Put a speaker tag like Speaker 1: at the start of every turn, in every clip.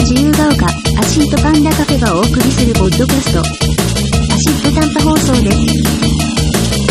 Speaker 1: 自由が丘、アシッドパンダカフェがお送りするポッドキャスト。アシッド短波放送です。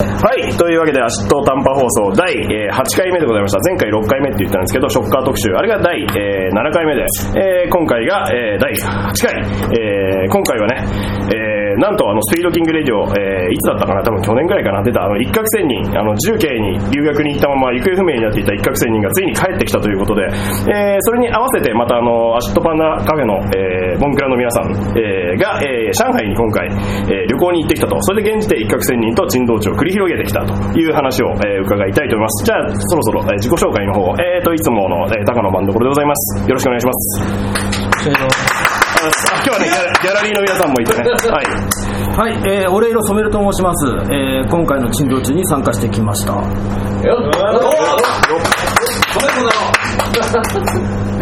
Speaker 2: はい、というわけで、アシット短波放送第、えー8回目でございました。前回6回目って言ったんですけど、ショッカー特集、あれが第、えー7回目で、えー今回が、えー第8回、えー今回はね、えーなんとあのスピードキングレディオ、えーいつだったかな、多分去年ぐらいかな、出たあの一攫千人、あの重慶に留学に行ったまま行方不明になっていた一攫千人がついに帰ってきたということで、えーそれに合わせて、またあのアシットパンダカフェの、えーボンクラの皆さん、えーが、えー上海に今回、えー旅行に行ってきたと、それで現地で一攫千人と珍道中を繰り広げてきたという話を、えー伺いたいと思います。じゃあ、そろそろ、えー自己紹介の方を、えーと、いつもの、えー、高野番所でございます。よろしくお願いします。ああ今日はねギャラ、ギャラリーの皆さんもいてね。はい。
Speaker 3: はい、えー、お礼色染めると申します、えー、今回の珍道中に参加してきました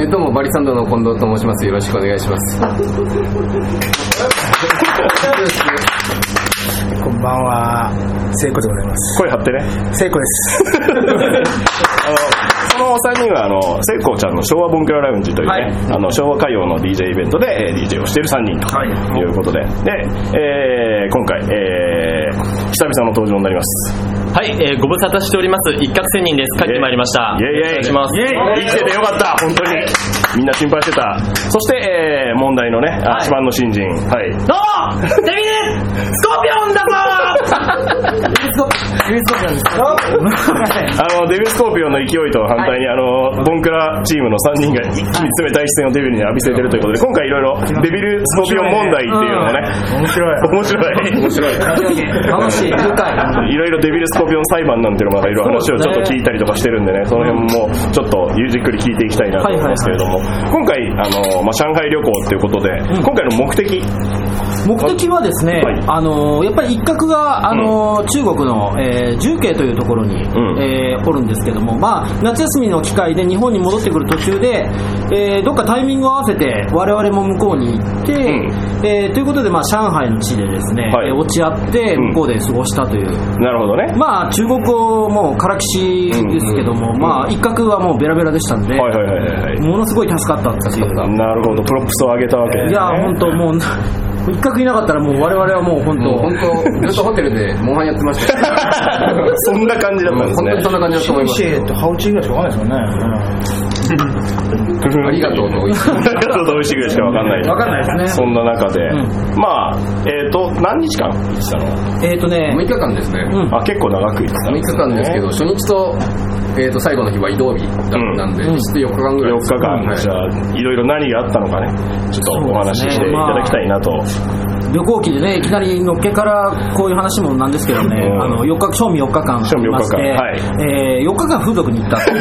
Speaker 4: えどうもバリサンドの近藤と申しますよろしくお願いします
Speaker 3: こんばんは聖子でございます
Speaker 2: 声張ってね。
Speaker 3: 聖子です
Speaker 2: あ の、この3人は、あの、聖子ちゃんの昭和ボンクララウンジというね、
Speaker 3: はい
Speaker 2: あの、昭和歌謡の DJ イベントで、えー DJ をしている3人と
Speaker 3: はい
Speaker 2: いうことで、で、えー今回、えー久々の登場になります。
Speaker 5: はい、えーご無沙汰しております一攫千人です帰ってまいりました
Speaker 2: イェイイェイ
Speaker 5: よろしくお願いします
Speaker 2: 生きててよかった、本当に。みんな心配してた。そして、えー問題のね、あ一番の新人。はい。
Speaker 5: どうもデビネスコーピオンだぞ
Speaker 2: あのデビルスコーピオンの勢いと反対に、あのボンクラチームの3人が一気に冷たい視線をデビルに浴びせてるということで今回いろいろデビルスコーピオン問題っていうのをね
Speaker 3: 面白い
Speaker 2: 面白い面白
Speaker 3: 楽しい愉快
Speaker 2: いろいろデビルスコーピオン裁判なんていうのもなんかいろいろ話をちょっと聞いたりとかしてるんでねその辺もちょっとゆじっくり聞いていきたいなと思いますけれども今回あの、まあ、上海旅行っていうことで今回の目的
Speaker 3: 目的はですね、
Speaker 2: はい
Speaker 3: あのーやっぱり一角が、あのー中国の、えー重慶というところに、
Speaker 2: ん
Speaker 3: えーおるんですけども、まあ、夏休みの機会で日本に戻ってくる途中で、えーどっかタイミングを合わせて我々も向こうに行って、えーということで、まあ、上海の地でですね、
Speaker 2: はい
Speaker 3: えー落ち合って
Speaker 2: うん
Speaker 3: 向こうで過ごしたという、
Speaker 2: なるほどね
Speaker 3: まあ中国語もからきしですけども、まあ一角はもうベラベラでしたんで、
Speaker 2: はいはいはいはい
Speaker 3: ものすごい助かったっていう
Speaker 2: なるほどプロップスを上げたわけです
Speaker 3: い
Speaker 2: ね
Speaker 3: や本当もう一角いなかったらもう我々はもう本
Speaker 4: もう
Speaker 3: 当
Speaker 4: 本当ずっとホテルでモンハンやってましたよ
Speaker 2: そんな感じだったん
Speaker 4: 本
Speaker 2: です
Speaker 4: 当
Speaker 2: ね
Speaker 4: にそんな感じだと思います
Speaker 3: とハウチぐらいしかわかんないですよね
Speaker 4: ありがとうと美味しい
Speaker 2: ちょっと美味しいぐらいしかわかんない。
Speaker 3: わかんないですね
Speaker 2: そんな中で、
Speaker 3: う
Speaker 2: まあ、えっ、と、何日間行ってたの
Speaker 3: えっ、とね
Speaker 4: 6日間ですね、
Speaker 3: うん
Speaker 2: あ、結構長く行ってた
Speaker 4: 6
Speaker 2: ん
Speaker 4: 日
Speaker 2: です、
Speaker 4: 間ですけど、。初日と,、えー、と最後の日は移動日だったんで、
Speaker 3: うん
Speaker 4: 実質4日間ぐらい
Speaker 2: 4
Speaker 4: で
Speaker 2: 日
Speaker 4: す
Speaker 2: 間、じゃあ、いろいろ何があったのかね、ちょっとお話ししていただきたいなと。
Speaker 3: 旅行機でねいきなりのっけからこういう話もなんですけどね、
Speaker 2: うん
Speaker 3: あの4日正味4日間
Speaker 2: 正味
Speaker 3: いまして、
Speaker 2: 四日間はい
Speaker 3: えー、4日間風俗に行ったっていう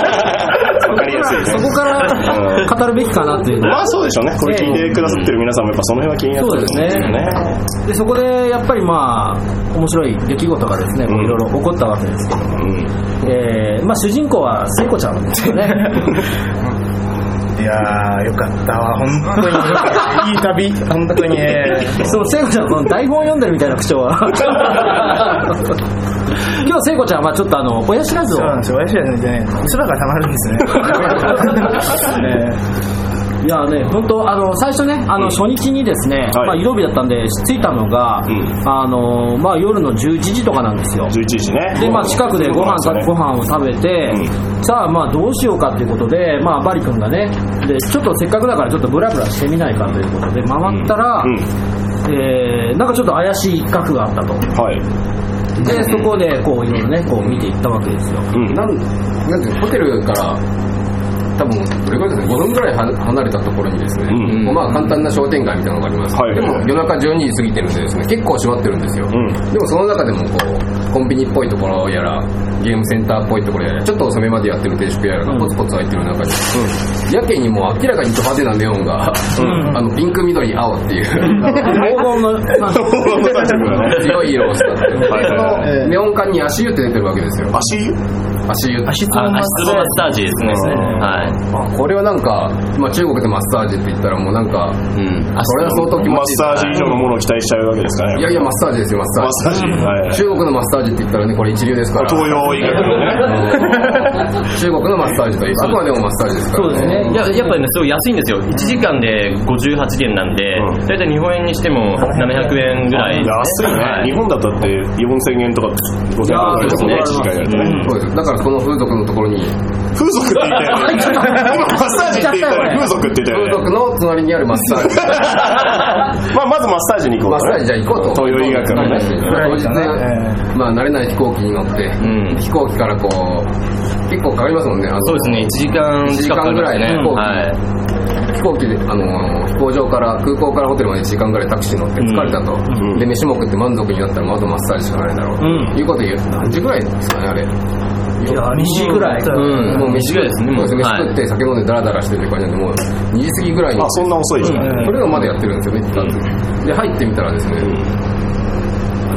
Speaker 2: わかりやすいね。
Speaker 3: そこから語るべきかなっていう
Speaker 2: まあそうでしょうね。これ聞いてくださってる皆さんもやっぱその辺は気になってると思うんですよね。
Speaker 3: でそこでやっぱりまあ面白い出来事がですねこ
Speaker 2: う
Speaker 3: うんいろいろ起こったわけですけど、
Speaker 2: うん
Speaker 3: えーまあ、主人公は聖子ちゃんなんですよ ね
Speaker 6: いやー、よかったわ、本当に。いい旅、本当にね。
Speaker 3: その聖子ちゃんのこの台本を読んでるみたいな口調は今日聖子ちゃんはちょっとあの親知らず
Speaker 6: そう
Speaker 3: を
Speaker 6: なんですよ、私はね、空がたまるんですね。ね
Speaker 3: いや ね、本当あの最初ね、あの初日にですね、
Speaker 2: はい
Speaker 3: まあ移動日だったんで着いたのが、
Speaker 2: ん
Speaker 3: あのまあ夜の11時とかなんですよ。
Speaker 2: 11時ね。
Speaker 3: でまあ近くでご飯
Speaker 2: そうなんです
Speaker 3: ご
Speaker 2: よね
Speaker 3: 飯を食べて、さあまあどうしようかっていうことで、まあバリ君がね、でちょっとせっかくだからちょっとブラブラしてみないかということで回ったら、
Speaker 2: うん
Speaker 3: えーなんかちょっと怪しい一角があったと。
Speaker 2: はい。
Speaker 3: でそこでこういろいろねこう見ていったわけですよ。
Speaker 2: うん。
Speaker 4: なんなんていうのホテルから多分どれぐらいですか5分ぐらいは離れたところにですね、
Speaker 2: うん
Speaker 4: まあ簡単な商店街みたいなのがあります、
Speaker 2: はい
Speaker 4: でも夜中12時過ぎてるんでですね結構閉まってるんですよ、
Speaker 2: うん
Speaker 4: でもその中でもこうコンビニっぽいところやらゲームセンターっぽいところやらちょっと遅めまでやってる定食屋やらがポツポツ入ってる中に、やけにもう明らかにド派手なネオンが、あのピンク緑青っ ていう
Speaker 3: 黄金のまあ
Speaker 2: 3色がね。
Speaker 4: 強い色をしたって、
Speaker 2: はいはいはい
Speaker 4: そのネオン管に足湯って出てるわけですよ
Speaker 2: 足湯
Speaker 4: 足湯
Speaker 6: 足つぼ
Speaker 7: あ
Speaker 6: マッ
Speaker 7: 足つぼマッ
Speaker 6: サ
Speaker 7: サージですね。はい。
Speaker 4: あこれはなんか、まあ、中国でマッサージって言ったらもうなんか
Speaker 7: うん。
Speaker 4: これは相当気
Speaker 2: マ
Speaker 4: 持
Speaker 2: ッ
Speaker 4: ちいい
Speaker 2: サージ以上のものを期待しちゃうわけですかね
Speaker 4: いやいやマッサージですよマッサ
Speaker 2: マッ
Speaker 4: ー
Speaker 2: サージはい
Speaker 4: ジ中国のマッサージって言ったらねこれ一流ですから
Speaker 2: 東洋医学のね
Speaker 4: 中国のマッサージといえばあくまでもマッサージですか
Speaker 3: そ
Speaker 4: ら
Speaker 3: うですね
Speaker 7: いややっぱりね、すごい安いんですよ。1時間で58元なんで、
Speaker 2: うん
Speaker 7: 大体日本円にしても700円ぐらい。
Speaker 2: 安い
Speaker 7: は
Speaker 2: ね日本だったって4000円とか5000円とか
Speaker 7: いやー
Speaker 2: 時間やると
Speaker 7: う
Speaker 2: ね
Speaker 7: ん
Speaker 4: そうですだからその風俗のところに
Speaker 2: 風俗って言ったよね今マッサージって言ったよね風俗って言った
Speaker 4: 風
Speaker 2: よね
Speaker 4: 俗の隣にあるマッサージ
Speaker 2: まあまずマッサージに行こ
Speaker 4: マ
Speaker 2: う
Speaker 4: ッ
Speaker 2: か
Speaker 4: サージじゃあ行こうと
Speaker 2: 東洋医学のね
Speaker 4: 当日ね、まあ、慣れない飛行機に乗って、
Speaker 7: ん
Speaker 4: 飛行機からこう結構かかりますもんねあの
Speaker 7: そうですね、1時間
Speaker 4: 1時
Speaker 7: 近くかか
Speaker 4: 間
Speaker 7: り
Speaker 4: ぐ
Speaker 7: ます
Speaker 4: らい
Speaker 7: ね。
Speaker 4: ね、
Speaker 7: はい。
Speaker 4: 飛行機で、あの飛行場から、空港からホテルまで1時間ぐらいタクシー乗って疲れたと、
Speaker 2: ん
Speaker 4: で、飯も食って満足になったら、まずマッサージしかないだろうと、
Speaker 3: うん
Speaker 4: いうことで言う、何時ぐらいですかね、あれ。
Speaker 6: いや2時くらい
Speaker 7: うん、もう飯ぐらいですね、も。
Speaker 4: そううですね飯
Speaker 7: はい
Speaker 4: 食って、酒飲んでダラダラしてるって感じなんで、もう2時過ぎぐらいに
Speaker 2: あ、そんな遅いじゃん
Speaker 4: うんそれをまだやってるんですよね、一旦で、入ってみたらですね、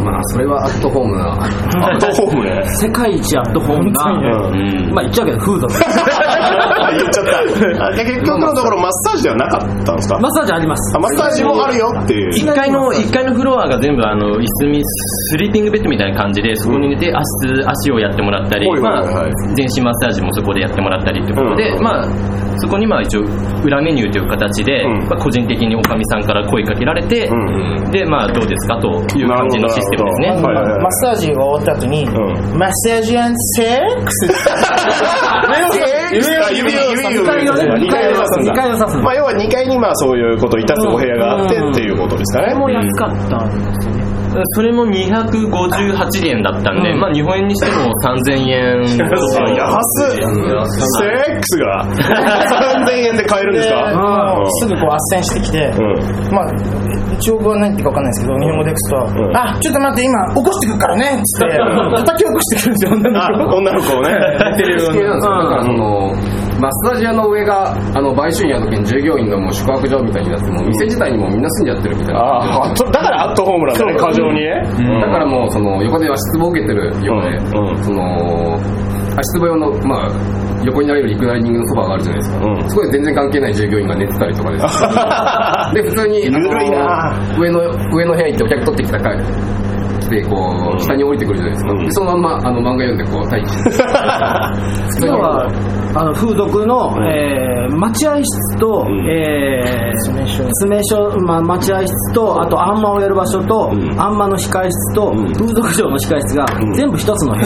Speaker 4: まあ、それはアットホームな。
Speaker 2: アットホームね
Speaker 3: 世界一アットホームな、
Speaker 7: う ん
Speaker 3: まあ言っちゃうけど風俗
Speaker 2: 言っちゃったあ結局のところマッサージではなかったんですか
Speaker 3: マッサージあります
Speaker 2: あマッサージもあるよっていう
Speaker 7: 一階の、一階のフロアが全部あの、椅子に、スリーピングベッドみたいな感じで、そこに寝て足、足をやってもらったり、
Speaker 2: はいはいはい
Speaker 7: まあ全身マッサージもそこでやってもらったりってことで、
Speaker 2: うん
Speaker 7: まあ、そこにまあ一応、裏メニューという形で、
Speaker 2: うん
Speaker 7: まあ個人的におかみさんから声かけられて、
Speaker 2: ん
Speaker 7: で、まあどうですかという感じのシステムですね。
Speaker 2: なるほどなるほどはいはいはい
Speaker 6: マッサージが終わった後に、
Speaker 2: う
Speaker 6: マッサージアンセッ クス
Speaker 2: あ指を指を指を
Speaker 3: 2階をね
Speaker 2: 二
Speaker 3: 2
Speaker 2: 階
Speaker 3: 階
Speaker 2: を指
Speaker 3: を指
Speaker 2: す
Speaker 3: す
Speaker 2: んだ
Speaker 3: 2階を指す
Speaker 2: まあ要は2階にまあそういうことをいたすお部屋があって
Speaker 3: うん
Speaker 2: っていうことですかね
Speaker 6: も安かった
Speaker 7: それも258円だったんで、まあ日本円にしても3000 円。
Speaker 2: 安っセックスが3000円で買えるんですか
Speaker 6: もうすぐこう斡旋してきて、
Speaker 2: うん
Speaker 6: まあ中国語は何言ってか分かんないですけど日本語で訳すと、
Speaker 2: ん
Speaker 6: あちょっと待って今起こしてくるからねっ つって叩き起こしてくるんですよ女
Speaker 2: あ
Speaker 6: の子
Speaker 2: 女の子をね
Speaker 4: 系なんですよ、だからその、マッサージ屋の上が、あの、売春屋の時に従業員のもう宿泊所みたいになって、もう店自体にもうみんな住んじゃってるみたいな。
Speaker 2: ああとだからアットホームなんだね過剰にね
Speaker 4: うんだからもうその横で足つぼを受けてるようで、
Speaker 2: うんうん
Speaker 4: その足つぼ用の、まあ、横になれるリクライニングのソファーがあるじゃないですか、
Speaker 2: うん
Speaker 4: そこで全然関係ない従業員が寝てたりとかです で普通にあの
Speaker 2: ぬるいな
Speaker 4: 上の上の部屋行ってお客取ってきたか来てこう下に降りてくるじゃないですか、
Speaker 2: うん
Speaker 4: でそのまんまあの漫画読んでこう待機して 普通
Speaker 3: 今
Speaker 4: に
Speaker 3: 日はあの風俗の、えー待合室と、
Speaker 2: ん
Speaker 3: えー詰め所、まあ、待合室とあとあんまをやる場所と、
Speaker 2: ん
Speaker 3: あんまの控え室と、
Speaker 2: ん
Speaker 3: 風俗場の控え室が、全部一つの部屋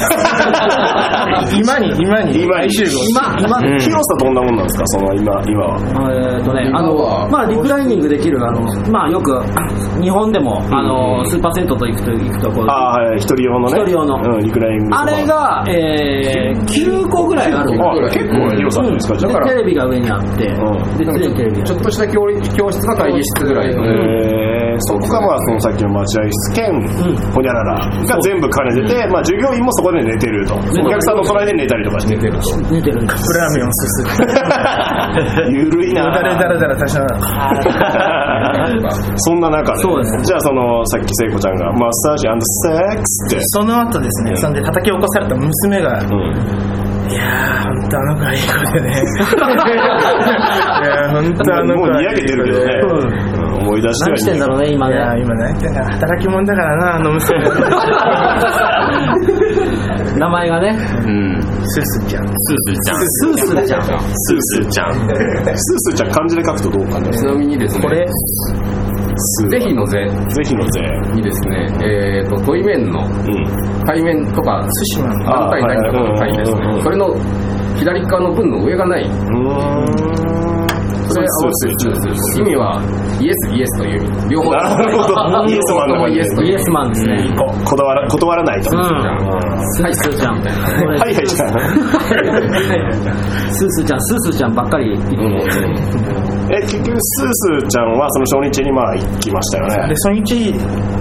Speaker 6: 今に今に
Speaker 2: 今に
Speaker 3: 今今、
Speaker 2: 広さどんなもんなんですかその今今は
Speaker 3: えーっとね、あ
Speaker 4: 今
Speaker 3: の
Speaker 4: は
Speaker 3: まあ、リクライニングできるあの、まあ、よく日本でもあのスーパーセントと行くと行くところ
Speaker 2: ああはい一人用のね
Speaker 3: 一人用の
Speaker 2: うんリクライニングソ
Speaker 3: あ
Speaker 2: ファー
Speaker 3: れが、えー、9個ぐらいある
Speaker 2: あ結構な広さなんですかじゃ
Speaker 3: で
Speaker 2: あ
Speaker 3: テレビが上にあって、
Speaker 2: ん
Speaker 3: で常にテレビ
Speaker 4: ち
Speaker 3: が
Speaker 4: ょっとした教教室が会議室ぐらいの、
Speaker 2: えーそこがまあそのさっきの待合室兼ほにゃららが全部兼ねてて、まあ、従業員もそこで寝てるとお
Speaker 3: てる
Speaker 2: 客さんの隣で寝たりとかして
Speaker 4: 寝てると
Speaker 3: 寝てるんです
Speaker 6: プラーメンをすすって
Speaker 2: ゆるいな
Speaker 6: だれだれだれさしながら
Speaker 2: そんな中で
Speaker 3: そうです
Speaker 2: じゃあそのさっき聖子ちゃんがマッサージセックスって
Speaker 6: その後ですね、そんで叩き起こされた娘が、いやー、ほんとあの子はいい子でね。いやー、ほんとあの
Speaker 2: も
Speaker 6: 子
Speaker 2: う
Speaker 6: は
Speaker 2: にやけてるけどね
Speaker 6: うん、
Speaker 2: うん思い出して
Speaker 3: 何してんだろうね今
Speaker 6: い
Speaker 3: ね
Speaker 6: やー今ね、だから働き者だからな、あの娘。
Speaker 3: 名前がね
Speaker 7: うん。
Speaker 6: スースーちゃん。
Speaker 7: スースーちゃん。
Speaker 3: スースーちゃん
Speaker 2: スースーちゃんスースーちゃん漢字で書くとどうかね
Speaker 4: ちなみにですね
Speaker 6: これ、
Speaker 2: スー
Speaker 4: ぜひのぜ
Speaker 2: ぜひのぜ
Speaker 4: にですね、えー、とトイメンの
Speaker 2: うん
Speaker 4: 海面とか
Speaker 6: 寿司マン。
Speaker 4: 何回何回かの回です
Speaker 2: うんうんうん
Speaker 4: ね。それの左側の分の上がない。
Speaker 2: スースーちゃん
Speaker 4: それ合わせて意味はイエスイエスという意味。 両方。
Speaker 2: なるほどイエスマンの感じ
Speaker 4: イエスと
Speaker 3: イ
Speaker 4: いう
Speaker 3: エスマンですね
Speaker 2: こ断ら断らないと
Speaker 3: うん
Speaker 2: は
Speaker 3: スースーちゃん
Speaker 2: いはいじゃあ
Speaker 3: スースーちゃんスースーちゃんばっかり言ってて
Speaker 2: え結局スースーちゃんはその初日にまあ行きましたよね
Speaker 6: で、初日、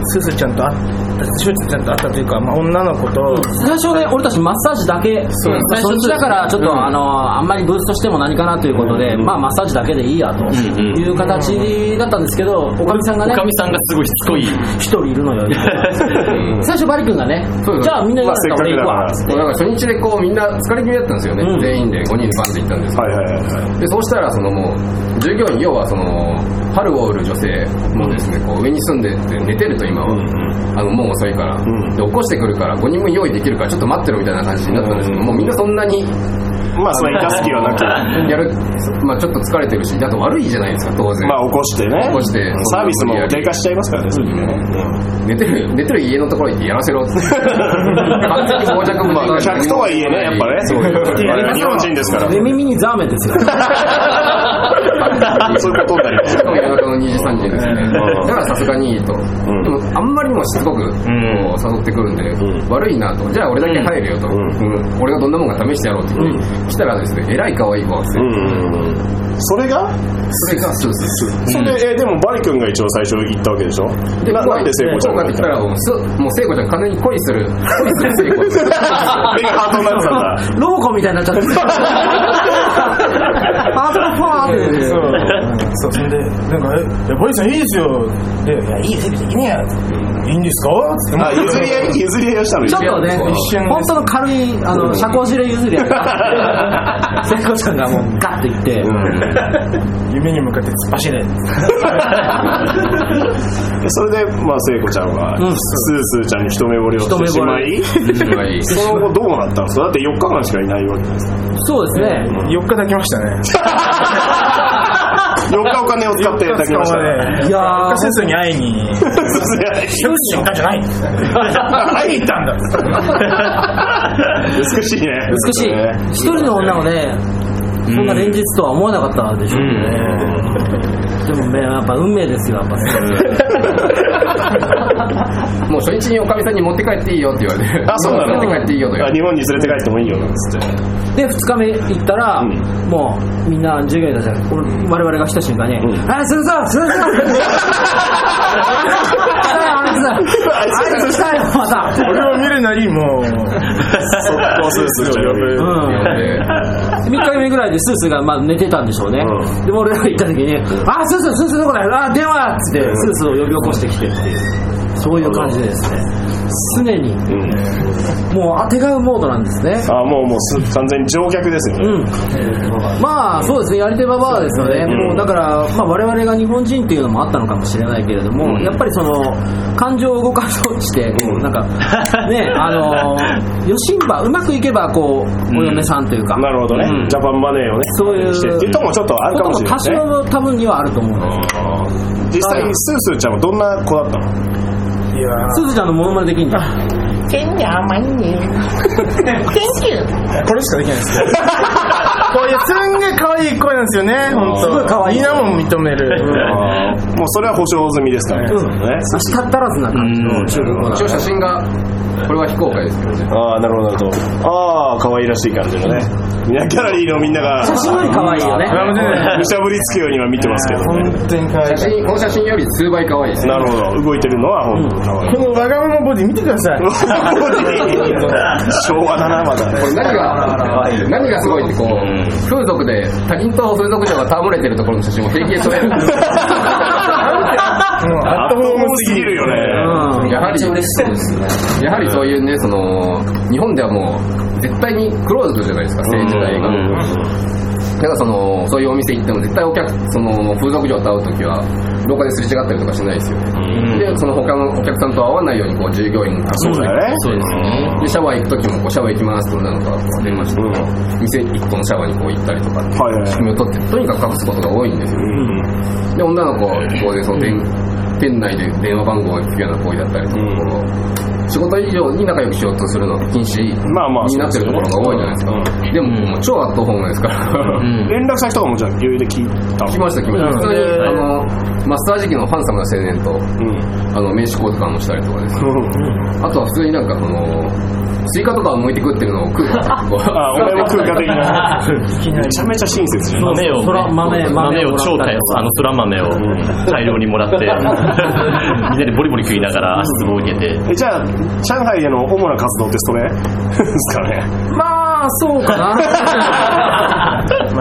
Speaker 6: スースーちゃんと会った、スースーちゃんと会ったというか、まあ、女の子と、
Speaker 3: 最初ね俺たちマッサージだけ
Speaker 4: そう
Speaker 3: 最初だからちょっとあのあんまりブーストしても何かなということでまあマッサージだけでいいやと
Speaker 7: ん
Speaker 3: いう形だったんですけど、おかみさんが
Speaker 7: お
Speaker 3: ね
Speaker 7: か、みさんがすごいしつこい。
Speaker 3: 一人いるのよ。最初バリ君がね
Speaker 4: そう、
Speaker 3: じゃあみんなになったら俺行くわ。
Speaker 4: そうなんか初日でこうみんな疲れ気味だったんですよね、
Speaker 3: うん
Speaker 4: 全員で5人でバンって行ったんですけど、
Speaker 2: はいはいはいはい
Speaker 4: でそうしたらそのもう従業員要はその春を売る女性もですね、こう上に住んでて寝てると今は、あのもう遅いから、
Speaker 2: ん
Speaker 4: で起こしてくるから5人分用意できるからちょっと待ってろみたいな感じになったんですけど、
Speaker 2: うん
Speaker 4: もうみんなそんなに
Speaker 2: まあその生かす気は な
Speaker 4: やる、まあ、ちょっと疲れてるしだと悪いじゃないですか当
Speaker 2: く
Speaker 4: 然、
Speaker 2: まあ起こしてね
Speaker 4: 起こして
Speaker 2: サービスも低下しちゃいますからねそれでね
Speaker 4: 寝てる寝てる家のところ行ってやらせろって 完全に傍若無人
Speaker 2: まあ客とはいえねやっぱねそう いう我々日本人ですから
Speaker 3: 寝耳にザーメンですよ。
Speaker 2: そういうことになります
Speaker 4: しかも夜中の2時3時ですねだからさすがにいいと、
Speaker 2: ん
Speaker 4: でもあんまりにもしつこくこう誘ってくるんで、
Speaker 2: ん
Speaker 4: 悪いなとじゃあ俺だけ入れよと、
Speaker 2: ん
Speaker 4: うん俺がどんなもんか試してやろうって言って、来たらですねえらい可愛い子が来て、
Speaker 2: うんうんうんそれが
Speaker 4: それがスースース
Speaker 2: そ
Speaker 4: ー
Speaker 2: れで、えーでもバリ君が一応最初行ったわけでしょ
Speaker 4: で
Speaker 2: ななんで聖子ちゃん
Speaker 4: が
Speaker 2: が行
Speaker 4: 来
Speaker 2: ったた
Speaker 4: らもうすもう聖子ちゃん完全に恋する恋する聖 子
Speaker 2: 目がハートになってたんだ
Speaker 3: ロボコみたいになっちゃって。 パートナーパーって。
Speaker 6: そう。そう、それで、なんか、え、いやボイさんいいですよ。で、いや、いいテレビできねえや。いいんですかつって
Speaker 2: あ譲り合い譲り合いをしたの
Speaker 3: ちょっとね、
Speaker 6: 一瞬
Speaker 3: 本当の軽い、あの、社交辞令譲りやから。聖子ちゃんがもうガッていって、
Speaker 6: 夢に向かって突っ走れ。
Speaker 2: それでまあ聖子ちゃんは、
Speaker 3: うん
Speaker 2: スースーちゃんに一目惚れをしてしまい
Speaker 4: ちゃんがいい
Speaker 2: その後どうなったんですかだって4日間しかいないわけです
Speaker 3: そうですね。
Speaker 6: 4日だけましたね。
Speaker 2: 4日お金を使っていただきました ね
Speaker 3: いやー
Speaker 6: 施設に会いに。施設に行ったんじゃない会いに行ったんだ。
Speaker 2: 美しいね
Speaker 3: 美しい。一人の女をね、そんな連日とは思わなかったでしょうね。でもね、やっぱ運命ですよ、やっぱ。
Speaker 4: もう初日におかみさんに持って帰っていいよって言われて
Speaker 2: あそうなの
Speaker 4: 持って帰っていいよと言わ
Speaker 2: あ
Speaker 4: れて
Speaker 2: 日本に連れて帰ってもいいよなんつって
Speaker 3: で、二日目行ったら、
Speaker 2: うん
Speaker 3: もう、みんな従業員たちが、俺我々が来た瞬間に、
Speaker 2: ん
Speaker 3: あれ、するぞするぞあれ、するぞあれ、来たよ、また。
Speaker 6: 俺を見るなり、もう、
Speaker 2: 速攻スースーちゃん呼ぶ
Speaker 3: うん。3日目ぐらいでスースーがまあ寝てたんでしょうね、
Speaker 2: う
Speaker 3: でも俺らが行った時に「あースースースースーどこだよあー電話!」っつってスースーを呼び起こしてきてっていうそういう感じでですね常に
Speaker 2: うん
Speaker 3: もうあてがうモードなんですね
Speaker 2: あもうもうす完全に乗客ですよね、
Speaker 3: うん、まあそうですねやり手ババアですよね、
Speaker 2: うん
Speaker 3: もうだから、まあ、我々が日本人っていうのもあったのかもしれないけれども、
Speaker 2: うん
Speaker 3: やっぱりその感情を動かそうとしてこうなんか、ねあのよしんばうまくいけばこうお嫁さんというか、
Speaker 2: なるほどね、
Speaker 3: うん
Speaker 2: ジャパンマネーをね
Speaker 3: そういう
Speaker 2: してっていうとこもちょっとあるかもしれないですね
Speaker 3: 多少の多分にはあると思うんです
Speaker 2: 実際スースーちゃんはどんな子だったの
Speaker 6: いや
Speaker 3: すずちゃんのモノマネできんじゃん
Speaker 5: 天気甘いね。天気。
Speaker 6: これしかできないですねこういうすんげえ可愛い声なんですよね、本当。すごい可愛い。みんなも認める。
Speaker 2: もうそれは保証済みですからね、
Speaker 3: うん
Speaker 2: ね
Speaker 3: 足たったらずな感じの中国語だ
Speaker 4: 一応写真がこれは非公開ですけどね
Speaker 2: ああなるほどなるほどああ可愛らしい感じのねみんなギャラリーのみんなが
Speaker 3: 写真より可愛いよね
Speaker 6: ラムでね
Speaker 2: むしゃぶりつくようには見てますけどね
Speaker 6: 本当に可愛い
Speaker 4: 写。真この写真より数倍可愛いですね
Speaker 2: なるほど動いてるのは本当に可愛い
Speaker 6: このわがままボディ見てください。
Speaker 2: 昭和だなまだ
Speaker 4: これ何が何がすごいってこう風俗で他人と風俗嬢が戯れてるところの写真も平気で撮 れる
Speaker 6: もうアッ
Speaker 2: アッ
Speaker 6: ト
Speaker 2: ト
Speaker 6: ホ
Speaker 2: ホ
Speaker 6: ー
Speaker 2: ー
Speaker 6: ム
Speaker 2: ム
Speaker 6: す
Speaker 2: す
Speaker 6: ぎ
Speaker 2: ぎ
Speaker 6: る
Speaker 2: る
Speaker 6: よ。
Speaker 2: よね
Speaker 3: うん
Speaker 4: やはり
Speaker 3: 嬉しそうですね
Speaker 4: やはりそういうねその日本ではもう絶対にクローズドじゃないですか政治体がだからそのそういうお店行っても絶対お客その風俗嬢と会う時は廊下ですれ違ったりとかしないですよねでその他のお客さんと会わないようにこう従業員が
Speaker 2: そうだよね
Speaker 4: そうですね。で、シャワー行くときも、こう、シャワー行きますと、なんか、こう、出ました。店一個のシャワーにこう行ったりとかって、
Speaker 2: はいはい
Speaker 4: 仕組みを取って、とにかく隠すことが多いんですよ。で、女の子は、こうね、その、店店内で電話番号を聞くような行為だったりとか、こう仕事以上に仲良くしようとするのは禁止
Speaker 2: まあまあ
Speaker 4: になってるところが多いじゃないですか。でも、もう超アットホームですから。
Speaker 2: 連絡先とかもじゃあ余裕で聞いた
Speaker 4: 来ました、来ました。普通に、あの、マスター時期のハンサムな青年と、
Speaker 2: うん
Speaker 4: あの、名刺交換をしたりとかですね。あとは普通になんかその、スイカとかを剥いて食ってるのを 食うから。
Speaker 2: あお前も空間的なめちゃめちゃ親切じゃん
Speaker 7: 豆をね、
Speaker 3: そら豆
Speaker 7: 豆
Speaker 3: 豆を
Speaker 7: を超大量、あの、そら豆を大量にもらって、みんなでボリボリ食いながら足つぼを受けて
Speaker 2: えじゃあ上海での主な活動ってそれ ですかね
Speaker 3: まあ、そうかな。
Speaker 6: ま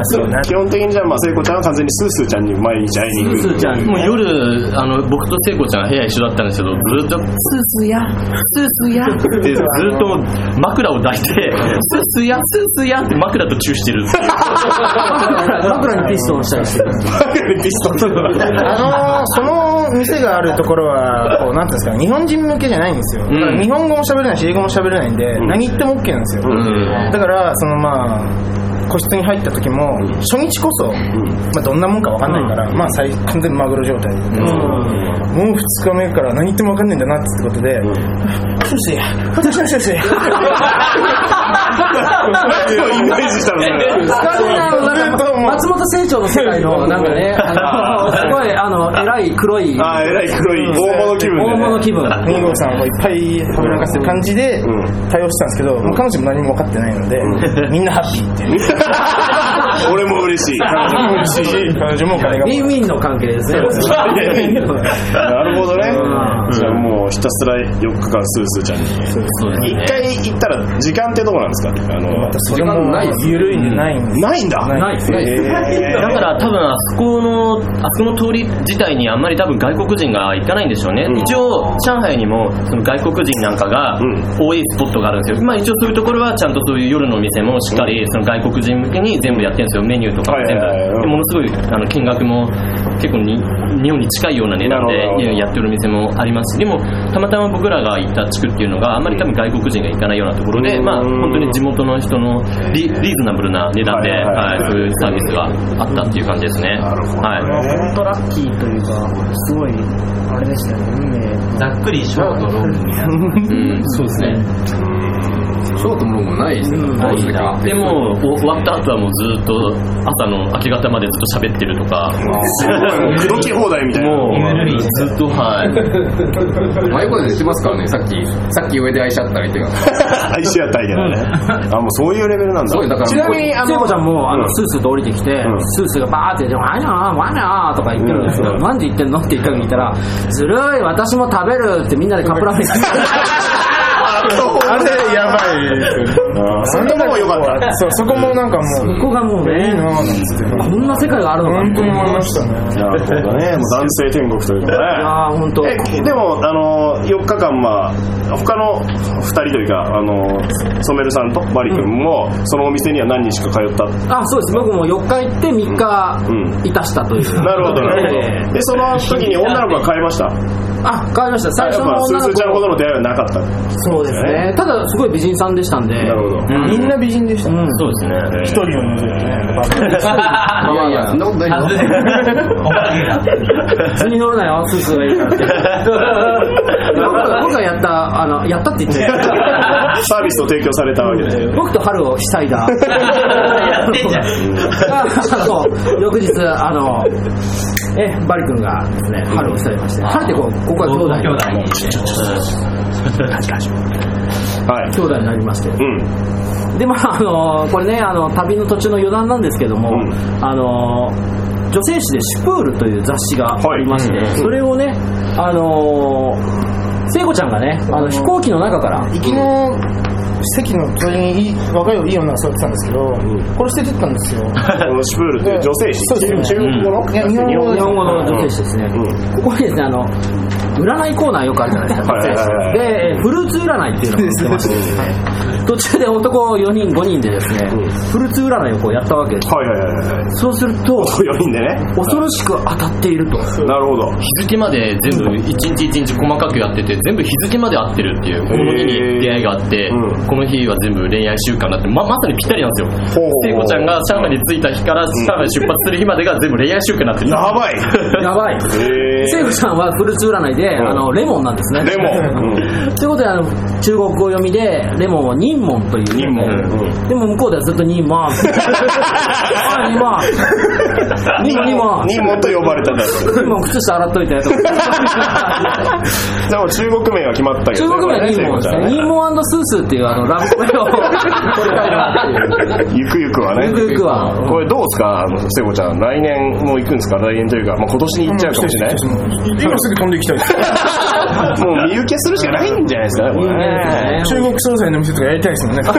Speaker 6: あそうね
Speaker 2: 基本的にじゃあまあ聖子ちゃんは完全にスースーちゃんに毎日会いに行く
Speaker 3: すー ちゃん
Speaker 7: もう夜あの僕と聖子ちゃん部屋一緒だったんですけどずっと「スースーやスースーや」ってずっともう枕を抱いて「スースーやスースーや」って枕とチューしてるっていう
Speaker 3: 枕にピストンしたりしてる。
Speaker 2: ピストン
Speaker 6: あのーその店があるところは、こう、なんていうんですか、日本人向けじゃないんですよ。だから日本語も喋れないし、英語も喋れないんで、何言っても OK なんですよ。
Speaker 7: ん
Speaker 6: だから、そのまあ、個室に入った時も、初日こそ、まあ、どんなもんかわかんないから、まあ、最完全にマグロ状態で、もう2日目から何言ってもわかんないんだなってことで、そうですよ私の先生。
Speaker 2: イメージしたの そ れ
Speaker 3: なんか松本清張の世 界の、なんかね、あのすごい、あの、偉い黒い
Speaker 2: ああえらい黒い大物気分
Speaker 3: 大
Speaker 2: で、ね、
Speaker 3: 物気分。
Speaker 6: 二号さんをいっぱい食べらかせる感じで
Speaker 2: ん
Speaker 6: 対応してたんですけど、もう彼女も何も分かってないので、みんなハッピーっていう。
Speaker 2: 俺も嬉 しい
Speaker 6: 彼女もお金が
Speaker 3: ウィンウィンの関係ですね。
Speaker 2: なるほどね、じゃあもうひたすら4日間スースーちゃんに1回行ったら時間ってどこなんですかあの
Speaker 6: それもない緩いんでないんです
Speaker 2: ないんだ
Speaker 3: ないですね。
Speaker 7: だから多分あそこのあそこの通り自体にあんまり多分外国人が行かないんでしょうね、一応上海にもその外国人なんかが
Speaker 2: ん
Speaker 7: 多いスポットがあるんですよ、まあ一応そういうところはちゃんとそういう夜のお店もしっかりその外国人向けに全部やってるんですよメニューとかも全部、
Speaker 2: はいはいはい
Speaker 7: でものすごいあの金額も結構に日本に近いような値段
Speaker 2: なるほど
Speaker 7: でやってるお店もありますしでもたまたま僕らが行った地区っていうのがあんまり多分外国人が行かないようなところで、
Speaker 2: うん
Speaker 7: まあ本当に地元の人のリリーズナブルな値段で、
Speaker 2: はいはいはい
Speaker 7: はい、そういうサービスがあったっていう感じですね。
Speaker 2: なるほどね
Speaker 7: はい。
Speaker 8: 本当ラッキーというか、すごい、あれでしたね、運命。ざっくりショートロング。
Speaker 7: うん、そうですね。
Speaker 4: ショートももないですね。
Speaker 7: ないんだでも、お終わった後はもうずっと朝の明け方までずっと喋ってるとか、
Speaker 2: すごいもう口説き放題みたいな
Speaker 7: もうずっと、はい。
Speaker 4: 迷子で寝てますからね、さっき、さっき上で愛し合った相手が。
Speaker 2: 愛し合ったいけどねあもうそういうレベルなんだ
Speaker 4: そうよだから
Speaker 6: ちなみに、あ
Speaker 3: 聖子
Speaker 6: の
Speaker 3: ち、ゃんも、あ
Speaker 2: う
Speaker 3: の、
Speaker 2: ん
Speaker 3: スースーと降りてきて
Speaker 2: ん、
Speaker 3: スースーがバーって、でも、あにゃー、わにゃーとか言ってるんですけ
Speaker 2: う
Speaker 3: ど、
Speaker 2: ん
Speaker 3: なんで言ってんのって一回聞いたら、ずるい、私も食べるってみんなでカップラーメン食 って
Speaker 6: あれやばいですよね。
Speaker 2: あーそういうとこもよかった
Speaker 6: そう、そこもなんかもう、
Speaker 3: ここがもう
Speaker 6: いい
Speaker 3: ね、
Speaker 6: なぁなんつって。
Speaker 3: こんな世界があるのか
Speaker 6: 本
Speaker 3: って
Speaker 6: 当に思いましたね。
Speaker 2: なるほどねもう男性天国という
Speaker 3: い
Speaker 2: かね
Speaker 3: やー、ほんと。
Speaker 2: えでもあの4日間まあ他の2人というかあのソメルさんとマリ君もそのお店には何日か通った
Speaker 3: あ、そうです。僕も4日行って3日いたしたという。
Speaker 2: なるほどなるほ
Speaker 3: え
Speaker 2: ど
Speaker 3: え
Speaker 2: でその時に女の子が買いました
Speaker 3: あ、変わりました。最
Speaker 2: やっ
Speaker 3: 初の
Speaker 2: ぱスー
Speaker 3: 女
Speaker 2: ス
Speaker 3: の
Speaker 2: ーちゃん
Speaker 3: 子
Speaker 2: ほどの出会いはなかった
Speaker 3: そうですね。ただ、すごい美人さんでしたんで。
Speaker 2: なるほど
Speaker 6: みんな美人でした。
Speaker 3: うん。
Speaker 7: そうですね。
Speaker 6: 一人を除いてね。
Speaker 4: いやいや、そんなことないよ。
Speaker 3: 図に乗るなよ、スースーがいるからって。僕が僕がやった、あの、やったって 言って。
Speaker 2: サービスを提供されたわけで
Speaker 3: 僕と春を塞いだ。やってんじゃん。そう、翌日、あの、え、バリ君がですね、春を塞いまして。春ってこう、ここは兄弟の。
Speaker 2: はい
Speaker 3: 兄弟になりまして。
Speaker 2: うん
Speaker 3: でまああのこれねあの旅の途中の余談なんですけども、
Speaker 2: うん
Speaker 3: あの女性誌で「シュプール」という雑誌がありまして、
Speaker 2: はい
Speaker 3: それをねあの聖子ちゃんがねあの飛行機の中から
Speaker 6: 行きの席の隣にいい若いいい女が座ってたんですけど、これ捨ててったんですよ。
Speaker 2: あのシュプールっていう女性誌
Speaker 6: そうですね
Speaker 2: 中国語の
Speaker 6: いや日本語
Speaker 3: 日本語の女性誌ですね、
Speaker 2: う
Speaker 3: ここにですねあの占いコーナーよくあるじゃないですか、
Speaker 2: はいはいはいはい
Speaker 3: でえーフルーツ占いっていうのをやってまして、はい途中で男4人5人でですね、フルーツ占いをこうやったわけです
Speaker 2: はいはいはいはい
Speaker 3: そうすると
Speaker 2: 4人でね
Speaker 3: 恐ろしく当たっていると
Speaker 2: なるほど
Speaker 7: 日付まで全部一日一日細かくやってて全部日付まで合ってるっていうこの日に出会いがあって、
Speaker 2: うん
Speaker 7: この日は全部恋愛週間だってままさにぴったりなんですよ
Speaker 2: ほうほうほう
Speaker 7: 聖子ちゃんが上海に着いた日から上海出発する日までが全部恋愛週間になってる
Speaker 2: やばい
Speaker 3: やばい
Speaker 2: え
Speaker 3: 聖子
Speaker 2: ー
Speaker 3: さんはフルーツ占いで、で、
Speaker 2: うん
Speaker 3: あのレモンなんですね
Speaker 2: レモンう ん
Speaker 3: ということであの中国語読みでレモンはニンモンという
Speaker 2: 任務
Speaker 3: でも向こうではずっとニンマンあニンマン ニンニンマン
Speaker 2: 任務と呼ばれたんだけ
Speaker 3: ニンマン靴下洗っといてと
Speaker 2: どでも中国名は決まったけ
Speaker 3: 中
Speaker 2: ど
Speaker 3: 国名はニンモンです ねニンモンスースーっていうあのラブコメをこれ からっていう
Speaker 2: ゆくゆくはね
Speaker 3: ゆくゆくは
Speaker 2: これどうですかあの聖子ちゃん来年もう行くんですか来年というか、まあ、今年に行っちゃうかもしれない
Speaker 6: 今すぐ飛んでいきたいです
Speaker 2: もう身請けするしかないんじゃないですかねこれね
Speaker 6: 中国 総裁の店とかやりたいですもんね
Speaker 2: 二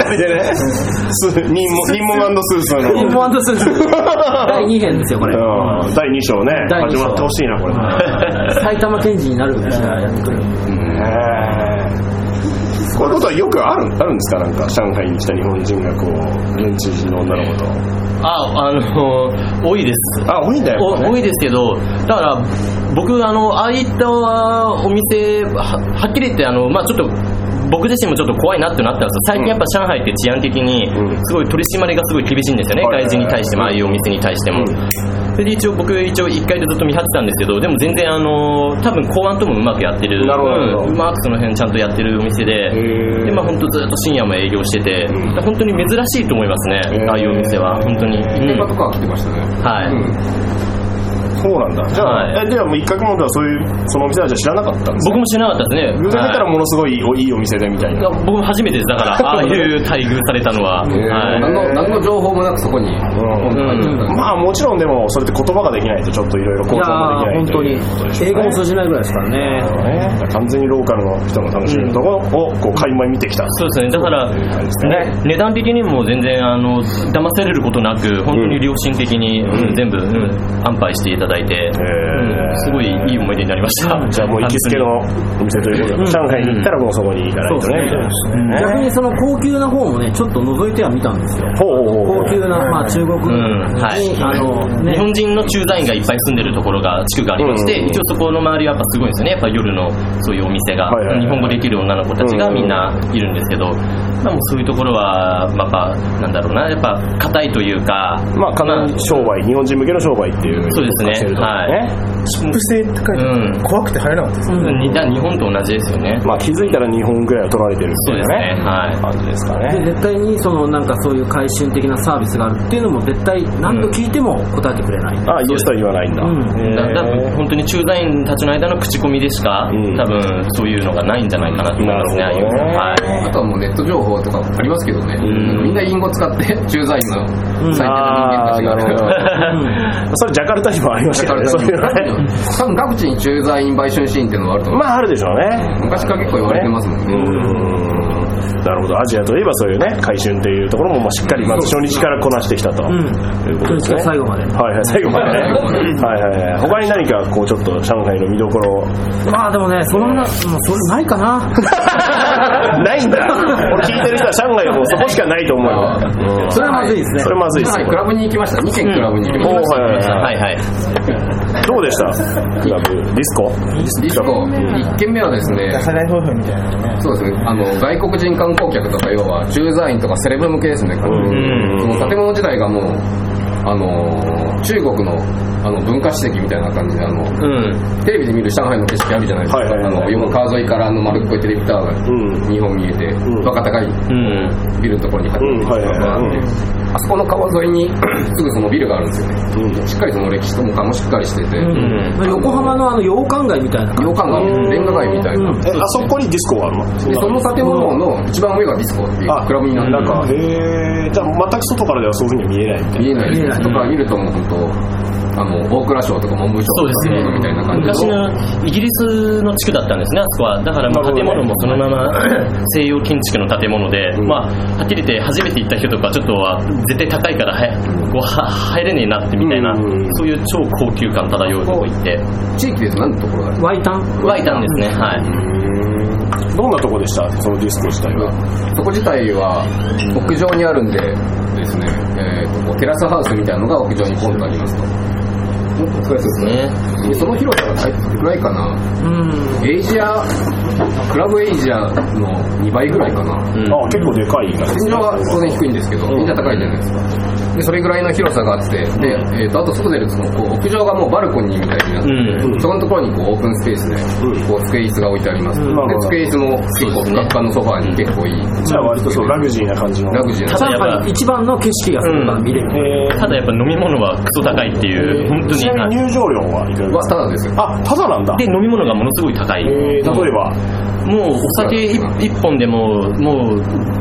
Speaker 2: 人でねスニンモニンモンスースーの
Speaker 3: ニン モンスースー第2編ですよこれ
Speaker 2: うん第2章ね
Speaker 3: 第二
Speaker 2: 始
Speaker 3: 章
Speaker 2: まってほしいなこれ
Speaker 3: 埼玉県人になるみたいなやってくる
Speaker 2: ねえこういうことはよくあるあるんですかなんか上海に来た日本人がこう現地人の女の子と
Speaker 7: ああの多いです
Speaker 2: あ多いんだよ、
Speaker 7: お
Speaker 2: ね、
Speaker 7: 多いですけどだから僕あのああいったお店ははっきり言ってあの、まあ、ちょっと僕自身もちょっと怖いなってなったんですよ最近やっぱ上海って治安的に
Speaker 2: うん
Speaker 7: すごい取り締まりがすごい厳しいんですよね、
Speaker 2: はいはいはい
Speaker 7: 外人に対してもああいうお店に対しても、それで一応僕一応1階でずっと見張ってたんですけどでも全然あの多分公安ともうまくやってる
Speaker 2: なるほど
Speaker 7: うんうまくその辺ちゃんとやってるお店で
Speaker 2: へー
Speaker 7: で、まあ、本当ずっと深夜も営業してて、
Speaker 2: うん
Speaker 7: 本当に珍しいと思いますね、
Speaker 2: ー
Speaker 7: ああいうお店は本当に、うん
Speaker 4: 今とかは来てましたね
Speaker 7: はい、
Speaker 2: そうなんだじゃあ、
Speaker 7: は
Speaker 2: えではもう一角もはそういうそのお店はじゃあ知らなかったんですか
Speaker 7: 僕も知らなかったですね
Speaker 2: 偶然出たら
Speaker 7: はい
Speaker 2: ものすごいいいおいいお店でみたい
Speaker 7: い
Speaker 2: な
Speaker 7: や僕も初めてですだから ああいう待遇されたのは、はい
Speaker 4: 何の何の情報もなくそこに本当に入っちゃったんで
Speaker 2: まあもちろんでもそれって言葉ができないとちょっといろいろ
Speaker 3: い
Speaker 2: 交
Speaker 3: や
Speaker 2: 換もでき
Speaker 3: ー
Speaker 2: ない
Speaker 3: 本
Speaker 2: と
Speaker 3: 当に
Speaker 2: いうことでしょうね
Speaker 3: 英語も通じないぐらいですからね
Speaker 2: ね完全にローカルの人の楽しみのところをこう垣間見てきた、
Speaker 7: そうですねだから、
Speaker 2: 感じですね
Speaker 7: ね、値段的にも全然あの騙されることなく本当に良心的に、うん全部、うん、安排していただいて、うんすごいいい思い出になりました
Speaker 2: じゃあもう行きつけのお店ということで、上海に行ったらもうそこに行かないとねみたいな
Speaker 3: 逆にその高級な方もねちょっと覗いては見たんですよ
Speaker 2: ほうほうほうほ
Speaker 3: 高
Speaker 2: う
Speaker 3: 級な、まあ、中国に、
Speaker 7: うんはい
Speaker 3: あの
Speaker 7: 日
Speaker 3: ね
Speaker 7: 本人の駐在員がいっぱい住んでるところが地区がありまして、
Speaker 2: うん
Speaker 7: 一応そこの周りはやっぱすごいんですよねやっぱ夜のそういうお店が、
Speaker 2: はいはいはい
Speaker 7: 日本語できる女の子たちがみんないるんですけど、まあ、もうそういうところはまあやっぱなんだろうなやっぱ硬いというか
Speaker 2: まあかなり商売日本人向けの商売っていう
Speaker 7: そうですねはい
Speaker 6: 不正って書いてある
Speaker 7: うん
Speaker 6: 怖くて入れなかったです
Speaker 7: うん似た日本と同じですよね
Speaker 2: まあ気づいたら日本ぐらいは取られてるみたいなね
Speaker 7: そうですねはい
Speaker 2: 感じですかね
Speaker 3: で絶対にそのなんかそういう回収的なサービスがあるっていうのも絶対何度聞いても答えてくれない、
Speaker 2: あイエスとは言わないんだ、
Speaker 3: うん
Speaker 2: へー
Speaker 7: だ多分本当に駐在員たちの間の口コミでしか、
Speaker 2: うん
Speaker 7: 多分そういうのがないんじゃないかなと思いますね
Speaker 2: なるほどね
Speaker 7: ああいうのはい
Speaker 4: あとはもうネット情報とかありますけどね、
Speaker 2: ん
Speaker 4: みんな隠語使って駐在員の最低
Speaker 2: ああ
Speaker 4: な人間
Speaker 2: な
Speaker 4: た
Speaker 2: る
Speaker 4: ち
Speaker 2: ほ
Speaker 4: が
Speaker 2: どそれジャカルタにもありました
Speaker 4: だか
Speaker 2: よね
Speaker 4: ら
Speaker 2: そういうのね
Speaker 4: 多分各地に駐在員売春シーンっていうのはあると思う、
Speaker 2: まああるでしょうね
Speaker 4: 昔から結構言われてますもんね、
Speaker 2: うんなるほどアジアといえばそういうね回春っていうところもまあしっかりまず初日からこなしてきたと、ということですね
Speaker 3: 最後まで
Speaker 2: はいはい最後までねはいはいはい他に何かこうちょっと上海の見どころ
Speaker 3: まあでもねその話もうそれないか な
Speaker 2: ないんだ俺聞いてる人は上海はもうそこしかないと思うよ、うん
Speaker 3: それはまずいですね
Speaker 2: それまずいっす
Speaker 4: は
Speaker 2: よ
Speaker 4: いクラブに行きました2軒クラブに行きま
Speaker 2: おー
Speaker 4: した、
Speaker 2: はいはいはい
Speaker 7: はいはい
Speaker 2: どうでしたクラブディスコ
Speaker 4: ディスコ1軒目はですね
Speaker 6: 出さない夫婦みたいなのね
Speaker 4: そうですねあの外国人観光客とか要は駐在員とかセレブ向けですね、
Speaker 2: ん
Speaker 4: その建物自体がもうあの中国のあの文化史跡みたいな感じであの
Speaker 7: うん
Speaker 4: テレビで見る上海の景色あるじゃないですか、
Speaker 2: はいはいはい
Speaker 4: あの要は川沿いからあの丸っこいテレビタワーが
Speaker 2: うん
Speaker 4: 2本見えて、
Speaker 2: ん
Speaker 4: バカ高い
Speaker 7: うん
Speaker 4: ビルのところに建
Speaker 2: うん
Speaker 4: って
Speaker 2: はいはいはい
Speaker 4: るあそこの川沿いにすぐそのビルがあるんですよね、しっかりその歴史ともかもしっかりしてて、
Speaker 3: まあ横浜のあの洋館街みたいな
Speaker 4: 洋館街レンガ街みたいな、
Speaker 2: えあそこにディスコがあるの
Speaker 4: でその建物の一番上がディスコっていうクラブになって
Speaker 2: なん
Speaker 4: る
Speaker 2: かへえじゃあ全く外からではそういうふうには見えないみたい
Speaker 4: 見えない
Speaker 3: 見えない
Speaker 4: とか見るともう本当あの大蔵省とか文部省
Speaker 7: そうですね
Speaker 4: とかみたいな感じ
Speaker 7: 昔のイギリスの地区だったんですねあそこはだからもう建物もそのまま西洋建築の建物で、まあはっきり言って初めて行った人とかちょっとは絶対高いからはこうは入れねえなってみたいな、
Speaker 2: うん
Speaker 7: そういう超高級感漂うとこ行って
Speaker 4: 地域で何のところがある
Speaker 3: ワイタン
Speaker 7: 湧いたんですねはい、
Speaker 2: などんなとこでしたそのディスコ自体は
Speaker 4: そこ自体は屋上にあるんでですね、えーとこうテラスハウスみたいなのが屋上にポンとありますともっと増やすですね。その広さが大体くらいかな。
Speaker 3: うん
Speaker 4: エイジア、クラブエイジアの2倍ぐらいかな。
Speaker 7: うん
Speaker 2: あ結構でかいな
Speaker 4: 天井は当然低いんですけど、天井は高いじゃないですか。で、それぐらいの広さがあって、で、えっ、と、あと外出ると、こう、屋上がもうバルコニーみたいになってて、
Speaker 2: うん
Speaker 4: そこのところにこう、オープンスペースで、こう、机椅子が置いてあります。
Speaker 2: ん
Speaker 4: で、机椅子も結構、ふかふかのソファーに結構いい。
Speaker 2: じゃあ割とそうラグジーな感じの
Speaker 4: ラグジュアリー
Speaker 7: ただやっぱ
Speaker 3: 一番の景色がそこから見れる、
Speaker 2: えー
Speaker 7: ただやっぱ飲み物はクソ高いっていう本当
Speaker 2: ちなみ
Speaker 7: に
Speaker 2: に入場料はいくらで
Speaker 4: は
Speaker 2: す
Speaker 4: た
Speaker 2: か
Speaker 4: だですよ。
Speaker 2: あただなんだ
Speaker 7: で飲み物がものすごい高い
Speaker 2: えー例えば
Speaker 7: もうお酒一一本でももう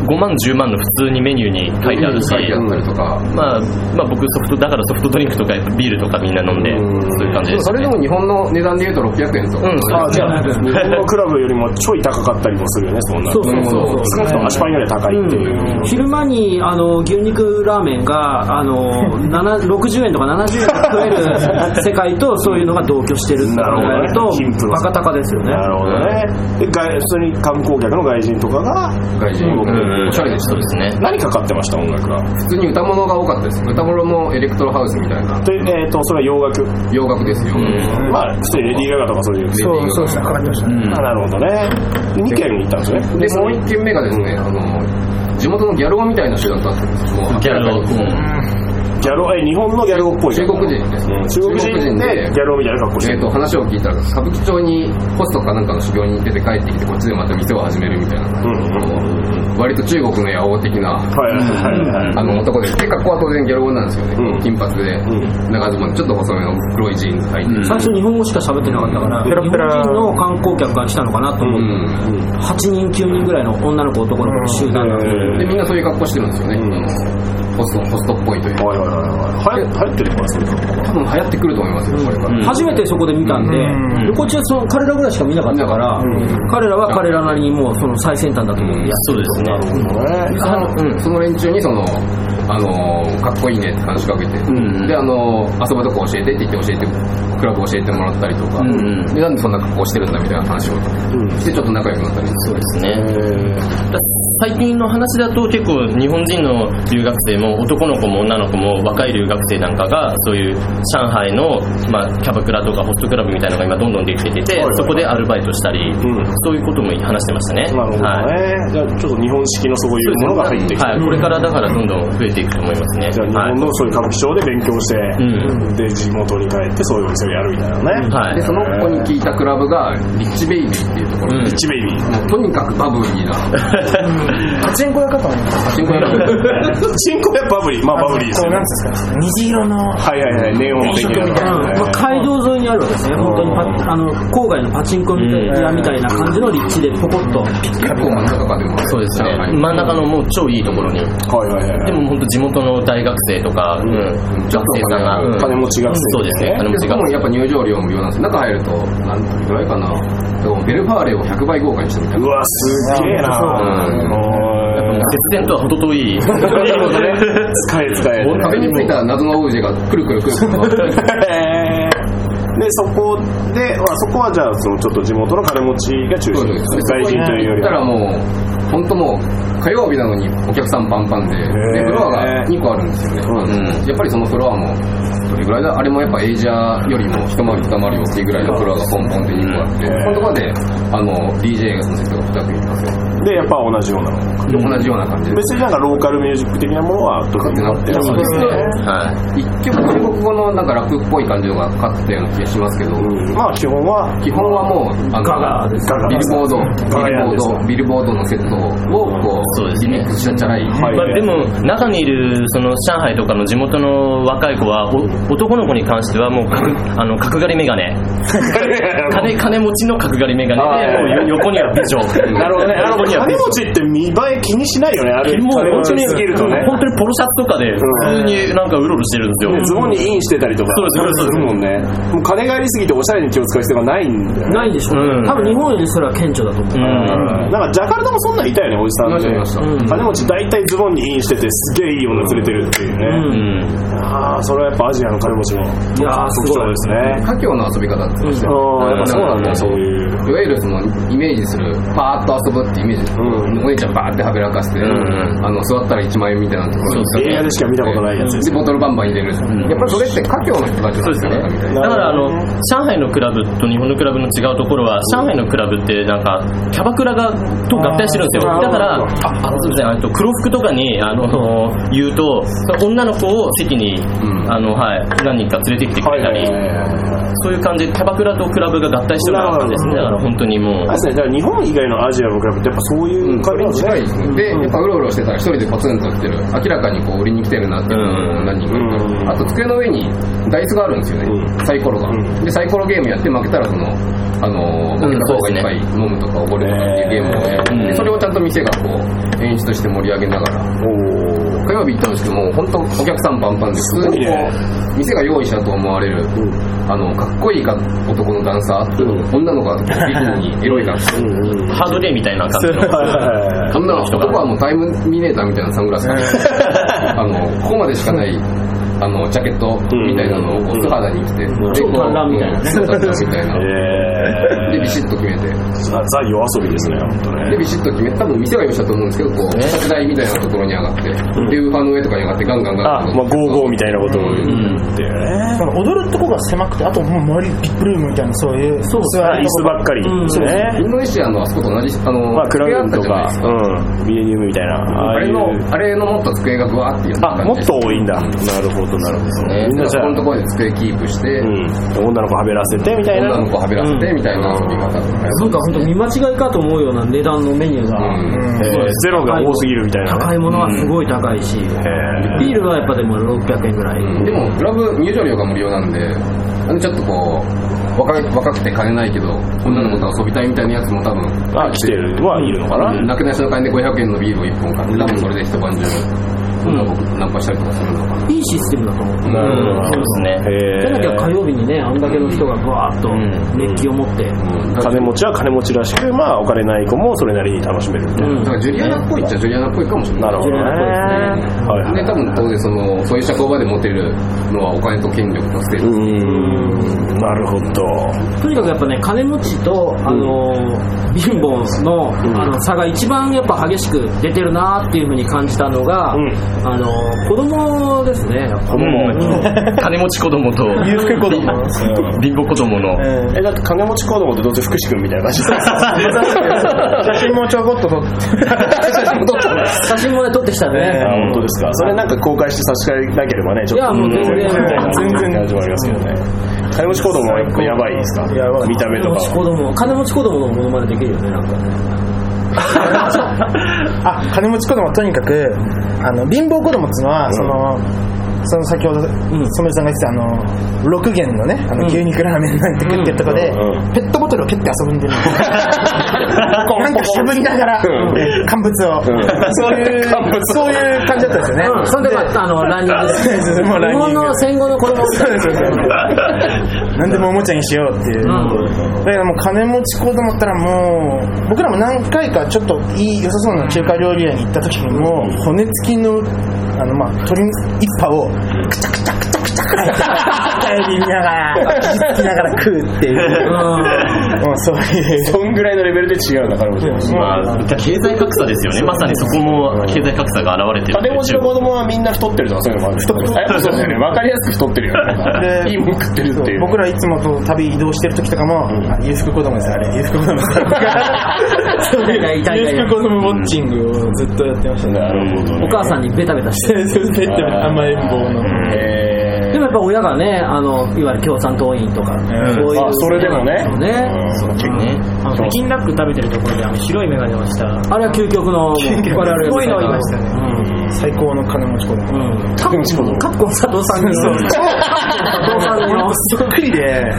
Speaker 7: 5万10万の普通にメニューに書いてあるし
Speaker 4: 書いてあったりとか。
Speaker 7: まあ、まあ僕ソフトだからソフトドリンクとかやっぱビールとかみんな飲んでそういう感
Speaker 4: で
Speaker 7: じで
Speaker 4: も
Speaker 7: す
Speaker 4: それでも日本の値段で言うと600円とか。
Speaker 7: うん
Speaker 2: あじゃあ日本のクラブよりもちょい高かったりもするよねそんな
Speaker 3: そうそうそうそう
Speaker 2: 少なくとも足パンよりは高いっていう、
Speaker 3: 昼間にあの牛肉ラーメンがあの7 60円とか70円とか取れる世界とそういうのが同居してるって考える
Speaker 2: なるほ
Speaker 3: と
Speaker 2: どね貧富の
Speaker 3: バ
Speaker 2: 差
Speaker 3: カ高ですよね
Speaker 2: なるほどねで外普通に観光客の外人とかが
Speaker 4: 外人
Speaker 2: うん
Speaker 4: おしゃれでした
Speaker 7: そう。ですね
Speaker 2: 何かかってました音楽は
Speaker 4: 普通に歌物が多かったです。歌物もエレクトロハウスみたいな
Speaker 2: で、えー、とそれは洋楽
Speaker 4: 洋楽ですよ。
Speaker 2: まあ普通にレディー・ガガとかそういう
Speaker 6: そうそうですねかかってましたね
Speaker 2: あなるほどね2軒に行ったんですね
Speaker 4: で、もう一軒目がですね、あの、地元のギャル男みたいな集団だったんですもう明らかにこう
Speaker 2: ギャロえ日本のギャロっぽい
Speaker 4: 中国人ですね
Speaker 2: うん中国人
Speaker 4: 中国人
Speaker 2: で
Speaker 4: で
Speaker 2: ギャロみたいな格好して
Speaker 4: えっ
Speaker 2: る
Speaker 4: と、話を聞いたら、歌舞伎町にホストかなんかの修行に出て帰ってきて、こっちでまた店を始めるみたいな、
Speaker 2: うんうん
Speaker 4: 割と中国の野王的な、
Speaker 2: はいはいはいはい
Speaker 4: あの男で、で格好は当然ギャル男なんですよね。
Speaker 2: うん
Speaker 4: 金髪で、
Speaker 2: う
Speaker 4: 長ズボンで、ちょっと細めの黒いジーンズ履いて、
Speaker 7: うん
Speaker 3: 最初日本語しか喋ってなかったから
Speaker 6: ペラペラ
Speaker 3: 日本人の観光客が来たのかなと思
Speaker 4: う
Speaker 3: って、
Speaker 4: ん
Speaker 3: 8人9人ぐらいの女の子男の子の集団なんで、
Speaker 4: でみんなそういう格好してるんですよね、ホストホストっぽいという
Speaker 2: はいはいはいはい流行流行ってるからそういう格好
Speaker 4: 多分流行ってくると思いますよこれは、
Speaker 7: うん
Speaker 3: 初めてそこで見たんで、
Speaker 6: うん
Speaker 3: 旅行中その彼らぐらいしか見なかったから、彼らは彼らなりにもうその最先端だと思ってやっ
Speaker 7: そうですね
Speaker 4: そのうんその連中にその、あのーかっこいいねって話しかけて、
Speaker 7: ん
Speaker 4: で、あのー遊ぶとこ教えてって言って教えてクラブ教えてもらったりとか、
Speaker 7: うんうん
Speaker 4: でなんでそんな格好してるんだみたいな話をしてちょっと仲良くなったりそうです
Speaker 7: ねだ最近の話だと結構日本人の留学生も男の子も女の子も若い留学生なんかがそういう上海の、まあ、キャバクラとかホストクラブみたいなのが今どんどんできてきてて、
Speaker 2: はいはい
Speaker 7: そこでアルバイトしたり、
Speaker 2: ん
Speaker 7: そういうことも話してましたね
Speaker 2: なるほど
Speaker 7: はい
Speaker 2: ねじゃあちょっと日本式のそういうものが入ってきて
Speaker 7: はい、これからだからどんどん増えていくと思いますね
Speaker 2: じゃあ日
Speaker 7: はい
Speaker 2: 本のそういう歌舞伎町で勉強して
Speaker 7: う
Speaker 2: で地元に帰ってそういうお店をやるみたいなね
Speaker 7: はい
Speaker 4: でその子に聞いたクラブがリッチベイビーっていうところで、
Speaker 7: うん
Speaker 2: リッチベイビー
Speaker 4: もうとにかくバブリーな
Speaker 6: パチンコ屋かと思いました
Speaker 4: パチンコ屋なん で
Speaker 2: 新婚やバブリーまあバブリーですよね
Speaker 6: なんですか虹色の
Speaker 2: はいはいはいネオン的なの
Speaker 3: た、
Speaker 2: がね
Speaker 3: まあ、街道沿いにあるわけですね、本当にパあの郊外のパチンコみたいな,、みたいな感じの立地でポコッと、
Speaker 4: 結構真ん中とかでも
Speaker 7: そうですね
Speaker 4: 上海
Speaker 7: 真ん中のもう超いいところに
Speaker 2: はいはいはいはい
Speaker 7: でも本当地元の大学生とか、うん学生さんが、うん
Speaker 2: 金持ち学生
Speaker 7: そうですね金持
Speaker 4: で
Speaker 7: ち
Speaker 4: しか
Speaker 7: 学
Speaker 4: も
Speaker 7: 生
Speaker 4: やっぱ入場料無料なんですよ中入ると何ぐらいかなでもベルファーレを100倍豪華にしてみたいうな
Speaker 2: わすげえな
Speaker 4: うん
Speaker 2: おー
Speaker 7: 節電とは程遠 い
Speaker 2: 使え使え
Speaker 4: 壁についた謎のオブジェがくるくるくるくる
Speaker 2: へーでそこで、まあ、そこはじゃあそのちょっと地元の金持ちが中
Speaker 4: そう
Speaker 2: 心
Speaker 4: です
Speaker 2: です外人というより
Speaker 4: 行った
Speaker 2: は
Speaker 4: らもう本当もう火曜日なのにお客さんパンパンででフロアが2個あるんですよね、うんやっぱりそのフロアもどれぐらいだあれもやっぱエイジアよりも一回り二回り大きいぐらいのフロアがポンポンって2個あって、
Speaker 2: うん
Speaker 4: そこのところであの DJ がその席を2組いますよ
Speaker 2: でやっぱ同じようなの
Speaker 4: 同じような感じで
Speaker 2: 別になんかローカルミュージック的なものは特になってな
Speaker 4: そうですね
Speaker 7: は
Speaker 4: 一曲中国語のなんかラップっぽい感じのがかかったような気がしますけど、
Speaker 2: うんまあ基本は
Speaker 4: 基本はもう、あの、
Speaker 2: ガガ
Speaker 4: ビルボード、
Speaker 2: ガ
Speaker 4: ビル
Speaker 2: ヤ
Speaker 4: ボ
Speaker 2: です
Speaker 4: ード、ビルボードのセットを、こ
Speaker 7: そうです
Speaker 4: う、リ
Speaker 7: ね
Speaker 4: ミックスしたチャラい。
Speaker 7: いまあ、でも中にいるその上海とかの地元の若い子はお男の子に関してはもうかあの角刈り眼鏡金金持ちの角刈り眼鏡で
Speaker 2: あー
Speaker 7: もうよ 横には美女
Speaker 2: なるほどねあの
Speaker 7: 横には美
Speaker 2: 金
Speaker 7: 女
Speaker 2: 持ちって見栄え気にしないよねあれ金持ちに生きるとね
Speaker 7: 本当にポロシャツとかで普通になんかうろうろしてるんですよ、
Speaker 2: ズボンにインしてたりとか
Speaker 7: そうですそうです
Speaker 2: るもんねもう金がありすぎておしゃれに気を使う必要がないんだよね
Speaker 3: ないでしょ、
Speaker 7: うん
Speaker 3: 多分日本よりそれは顕著だと思う、
Speaker 2: うんなんかジャカルタもそんなんいたよねおじさん
Speaker 4: い
Speaker 2: で
Speaker 4: ましたいま
Speaker 3: うん
Speaker 2: 金持ち大体ズボンにインしててすげえいい女連れてるっていう
Speaker 3: う
Speaker 2: ね、
Speaker 7: うんん
Speaker 2: ああそれはやっぱアジアの金持ちの
Speaker 3: いやーす
Speaker 2: 特
Speaker 3: ご
Speaker 2: 徴
Speaker 3: い
Speaker 2: ですね
Speaker 4: 華僑の遊び方って言ってました
Speaker 2: う
Speaker 4: よ
Speaker 2: んやっぱそうなんだそういう
Speaker 4: いわゆるそのイメージするパーッと遊ぶってイメーじゃん、お姉ちゃんバーってはべらかして、あの座ったら1万円みたいなところに
Speaker 2: 映画でしか見たことないやつです
Speaker 4: でボトルバンバン入れる、やっぱりそれって華僑の人たち
Speaker 7: そうですね。だからあの、上海のクラブと日本のクラブの違うところは、上海のクラブってなんか、キャバクラがと合体してるんですよ。だから、ああのすみません、あの黒服とかに、あの、言うと、女の子を席に、
Speaker 4: ん
Speaker 7: あの、はい、何人か連れてきてくれたり、そういう感じで、キャバクラとクラブが合体してるような感じですね。だから本当にもう
Speaker 2: あれで。すねだから日本以外のアジアのクラブってやっぱそういう感じなんですね
Speaker 4: 近いですね。で、やっぱうろうろしてたら一人でポツンと来てる。明らかにこう売りに来てるなっていうのを何人かいて
Speaker 2: うん
Speaker 4: あと机の上にダイスがあるんですよね。サイコロが。で、サイコロゲームやって負けたらその、あの、負けた方がいっぱい飲むとかおごるとかっていうゲームをやる。で、それをちゃんと店がこう、演出として盛り上げながら。火曜日行ったんですけども、本当お客さんパンパンで、普通にこう、店が用意したと思われる、あの、かっこいいか男のダンサー、女の子がビキニにエロいダンサー
Speaker 7: ハードデーみたいな感じ の。
Speaker 4: そんな男はもうタイムミネーターみたいなサングラス あのここまでしかないあのジャケットみたいなのをこう素肌に着て、でこう
Speaker 3: 短ランみたいなね
Speaker 4: うん素肌みたいな
Speaker 2: え
Speaker 4: でビシッと決めて
Speaker 2: ー、ザザ夜遊びですね本当
Speaker 4: で
Speaker 2: ね
Speaker 4: ビシッと決めて多分店は用意したと思うんですけどこう立台みたいなところに上がって、でウーファーの上とかに上がってガンガンガ
Speaker 2: あ
Speaker 4: ンガン
Speaker 2: まあゴーゴーみたいなことを言ってね、
Speaker 6: その踊るとこが狭くてあともう周りビップルームみたいなそういう座
Speaker 2: 椅
Speaker 6: りと
Speaker 2: 子ばっかりですね、
Speaker 4: インドネシアのあそこと同じあの、
Speaker 2: まあクラウンと
Speaker 4: 机あ
Speaker 2: か
Speaker 4: ったじゃな
Speaker 2: う
Speaker 4: いです
Speaker 2: んビエニウムみたいなあ
Speaker 4: あ
Speaker 2: あい
Speaker 4: れ
Speaker 2: う
Speaker 4: のあれのもっと机がブワーっていう
Speaker 2: あ
Speaker 4: 感
Speaker 2: も
Speaker 4: じ
Speaker 2: っ
Speaker 4: です
Speaker 2: と多いんだなるほどなるほど
Speaker 4: ね
Speaker 2: みんな
Speaker 4: で
Speaker 2: じ
Speaker 4: そ
Speaker 2: ゃあ
Speaker 4: このところで机キープして、
Speaker 2: うん、女の子はべらせてみたいな
Speaker 4: 女の子はべらせてみたいな遊び方とか
Speaker 3: なんか本当見間違いかと思うような値段のメニューが、
Speaker 2: えーゼロが多すぎるみたいな
Speaker 3: 高いものはすごい高いし、
Speaker 2: え
Speaker 3: ビールはやっぱでも600円ぐらい、
Speaker 4: でもクラブ入場料が無料なんであのちょっとこう若い若くて金ないけど女の子と遊びたいみたいなやつも多分
Speaker 2: ー、あ来てるはいるのかな、
Speaker 4: なくなしの金で500円のビールを1本買って多分それで一晩中女の子とナンパしたりとかするのか
Speaker 3: いいシステムだと思う。
Speaker 4: な
Speaker 7: うん、そうですね。
Speaker 2: え
Speaker 3: じゃなきゃ火
Speaker 2: ー
Speaker 3: 曜日にね、あんだけの人がバーッと熱気を持って、
Speaker 4: うんだから
Speaker 2: 金持ちは金持ちらしく、まあ、お金ない子もそれなりに楽しめるみたいな、
Speaker 4: だからジュリアナっぽいっちゃジュリアナっぽいかもしれない
Speaker 2: なるほどねはいはい
Speaker 4: で多分当然そのそういう社交場で持てるのはお金と権力とステー
Speaker 2: う
Speaker 4: タス
Speaker 2: ーんなるほど
Speaker 3: とにかくやっぱね、金持ちと、あのー貧乏の,、あの差が一番やっぱ激しく出てるなっていうふうに感じたのが、
Speaker 2: うん
Speaker 3: あのー子供ですね、やっぱ
Speaker 2: 子 供、
Speaker 7: 金持ち子供と、
Speaker 6: 裕福子供
Speaker 7: 貧乏子供の。
Speaker 2: えだって金持ち子供ってどうせ福士君みたいな感じ
Speaker 6: 写真もちょこっと撮って
Speaker 3: 写真もね、撮ってきたね。
Speaker 2: あ本当ですかそれなんか公開して差し替えなければねちょっと
Speaker 3: いやもう全然
Speaker 2: みたいな全然感じもありますけどね金持ち子供はやっぱやばいですか見た目
Speaker 3: 金
Speaker 2: と
Speaker 3: 持
Speaker 2: か
Speaker 3: ち
Speaker 2: は
Speaker 3: 子供、金持ち子供のものまねできるよね、なんかね。
Speaker 6: あ金持ち子供はとにかくあの貧乏子供っていうのは、そのその先ほど染井さんが言ってたあの六元のねあの牛肉ラーメンなんて食ってるとこで、
Speaker 2: うんうん
Speaker 6: ペットボトルを蹴って遊ぶんでる なんかしゃぶりながら、
Speaker 2: う
Speaker 6: 乾物を、そういうそういう感じだったんですよね、
Speaker 3: そんで、まあ、あの、ランニン グです
Speaker 6: そうそうもう ラ
Speaker 3: 日
Speaker 6: ンニング
Speaker 3: 本の戦後の子供みたいな
Speaker 6: そうそうそう何でもおもちゃにしようっていう、だからもう金持ち子供ったらもう僕らも何回かちょっといい良さそうな中華料理屋に行った時にも骨付きのあのまあ鶏一羽をくちゃくちゃくちゃくちゃくちゃくちゃくちゃながら引きつきながら食うって いうもうそういう
Speaker 2: そんぐらいのレベルで違うんだ金持ち子供
Speaker 7: まあ、経済格差ですよね。まさにそこも経済格差が現れてる。
Speaker 2: 金持ちの子供はみんな太ってるとかそういうのもある太ってるやっぱそうだよね分かりやすく太ってるよねなんか
Speaker 6: で
Speaker 2: いいもん食ってるっていう
Speaker 6: 僕らいつもと旅移動してる時とかも、あ裕福子供ですあれ裕福子供 です
Speaker 3: そういうのが痛い痛い
Speaker 6: 裕福子供ウォッチングをずっとやってましたね
Speaker 2: なるほど
Speaker 3: お母さんにベタベタして。
Speaker 6: ペットの甘えん坊の
Speaker 2: え
Speaker 3: でもやっぱ親がね、あの、いわゆる共産党員とか、そういう。
Speaker 2: あそれでもね
Speaker 3: そうね。そうね。
Speaker 8: あの北京ダック食べてるところであの白い目が出ました
Speaker 3: あれは究極の、我々
Speaker 8: すごいのいましたね
Speaker 6: 最高の金持ち子供
Speaker 3: うん。
Speaker 2: ー金持ち子供
Speaker 3: カプコン佐藤さんに、佐藤さん の、
Speaker 6: そっくりで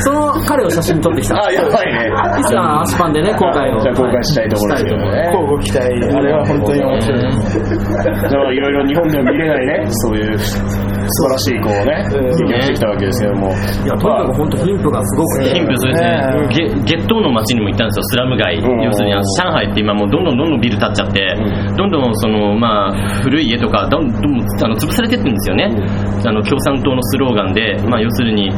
Speaker 3: その彼を写真撮ってきた。
Speaker 2: あやばいね
Speaker 3: いつかアスパンでね、公開を。
Speaker 2: じゃあ公開したいところですけどね
Speaker 6: 交互期待あれは本当に面白い
Speaker 2: じゃあいろいろ日本では見れないねそういう素晴らしいこうね
Speaker 7: ん
Speaker 2: 激化してきたわけですけども
Speaker 3: いやとにかく本当貧富がすごくて
Speaker 7: 貧富そうですねゲゲットーの街にも行ったんですよスラム街、
Speaker 2: ん
Speaker 7: 要するにあの上海って今もうどんどんどんどんビル建っちゃって、どんどんそのまあ古い家とかどんどんあの潰されてってるんですよね、あの共産党のスローガンで、まあ、要するに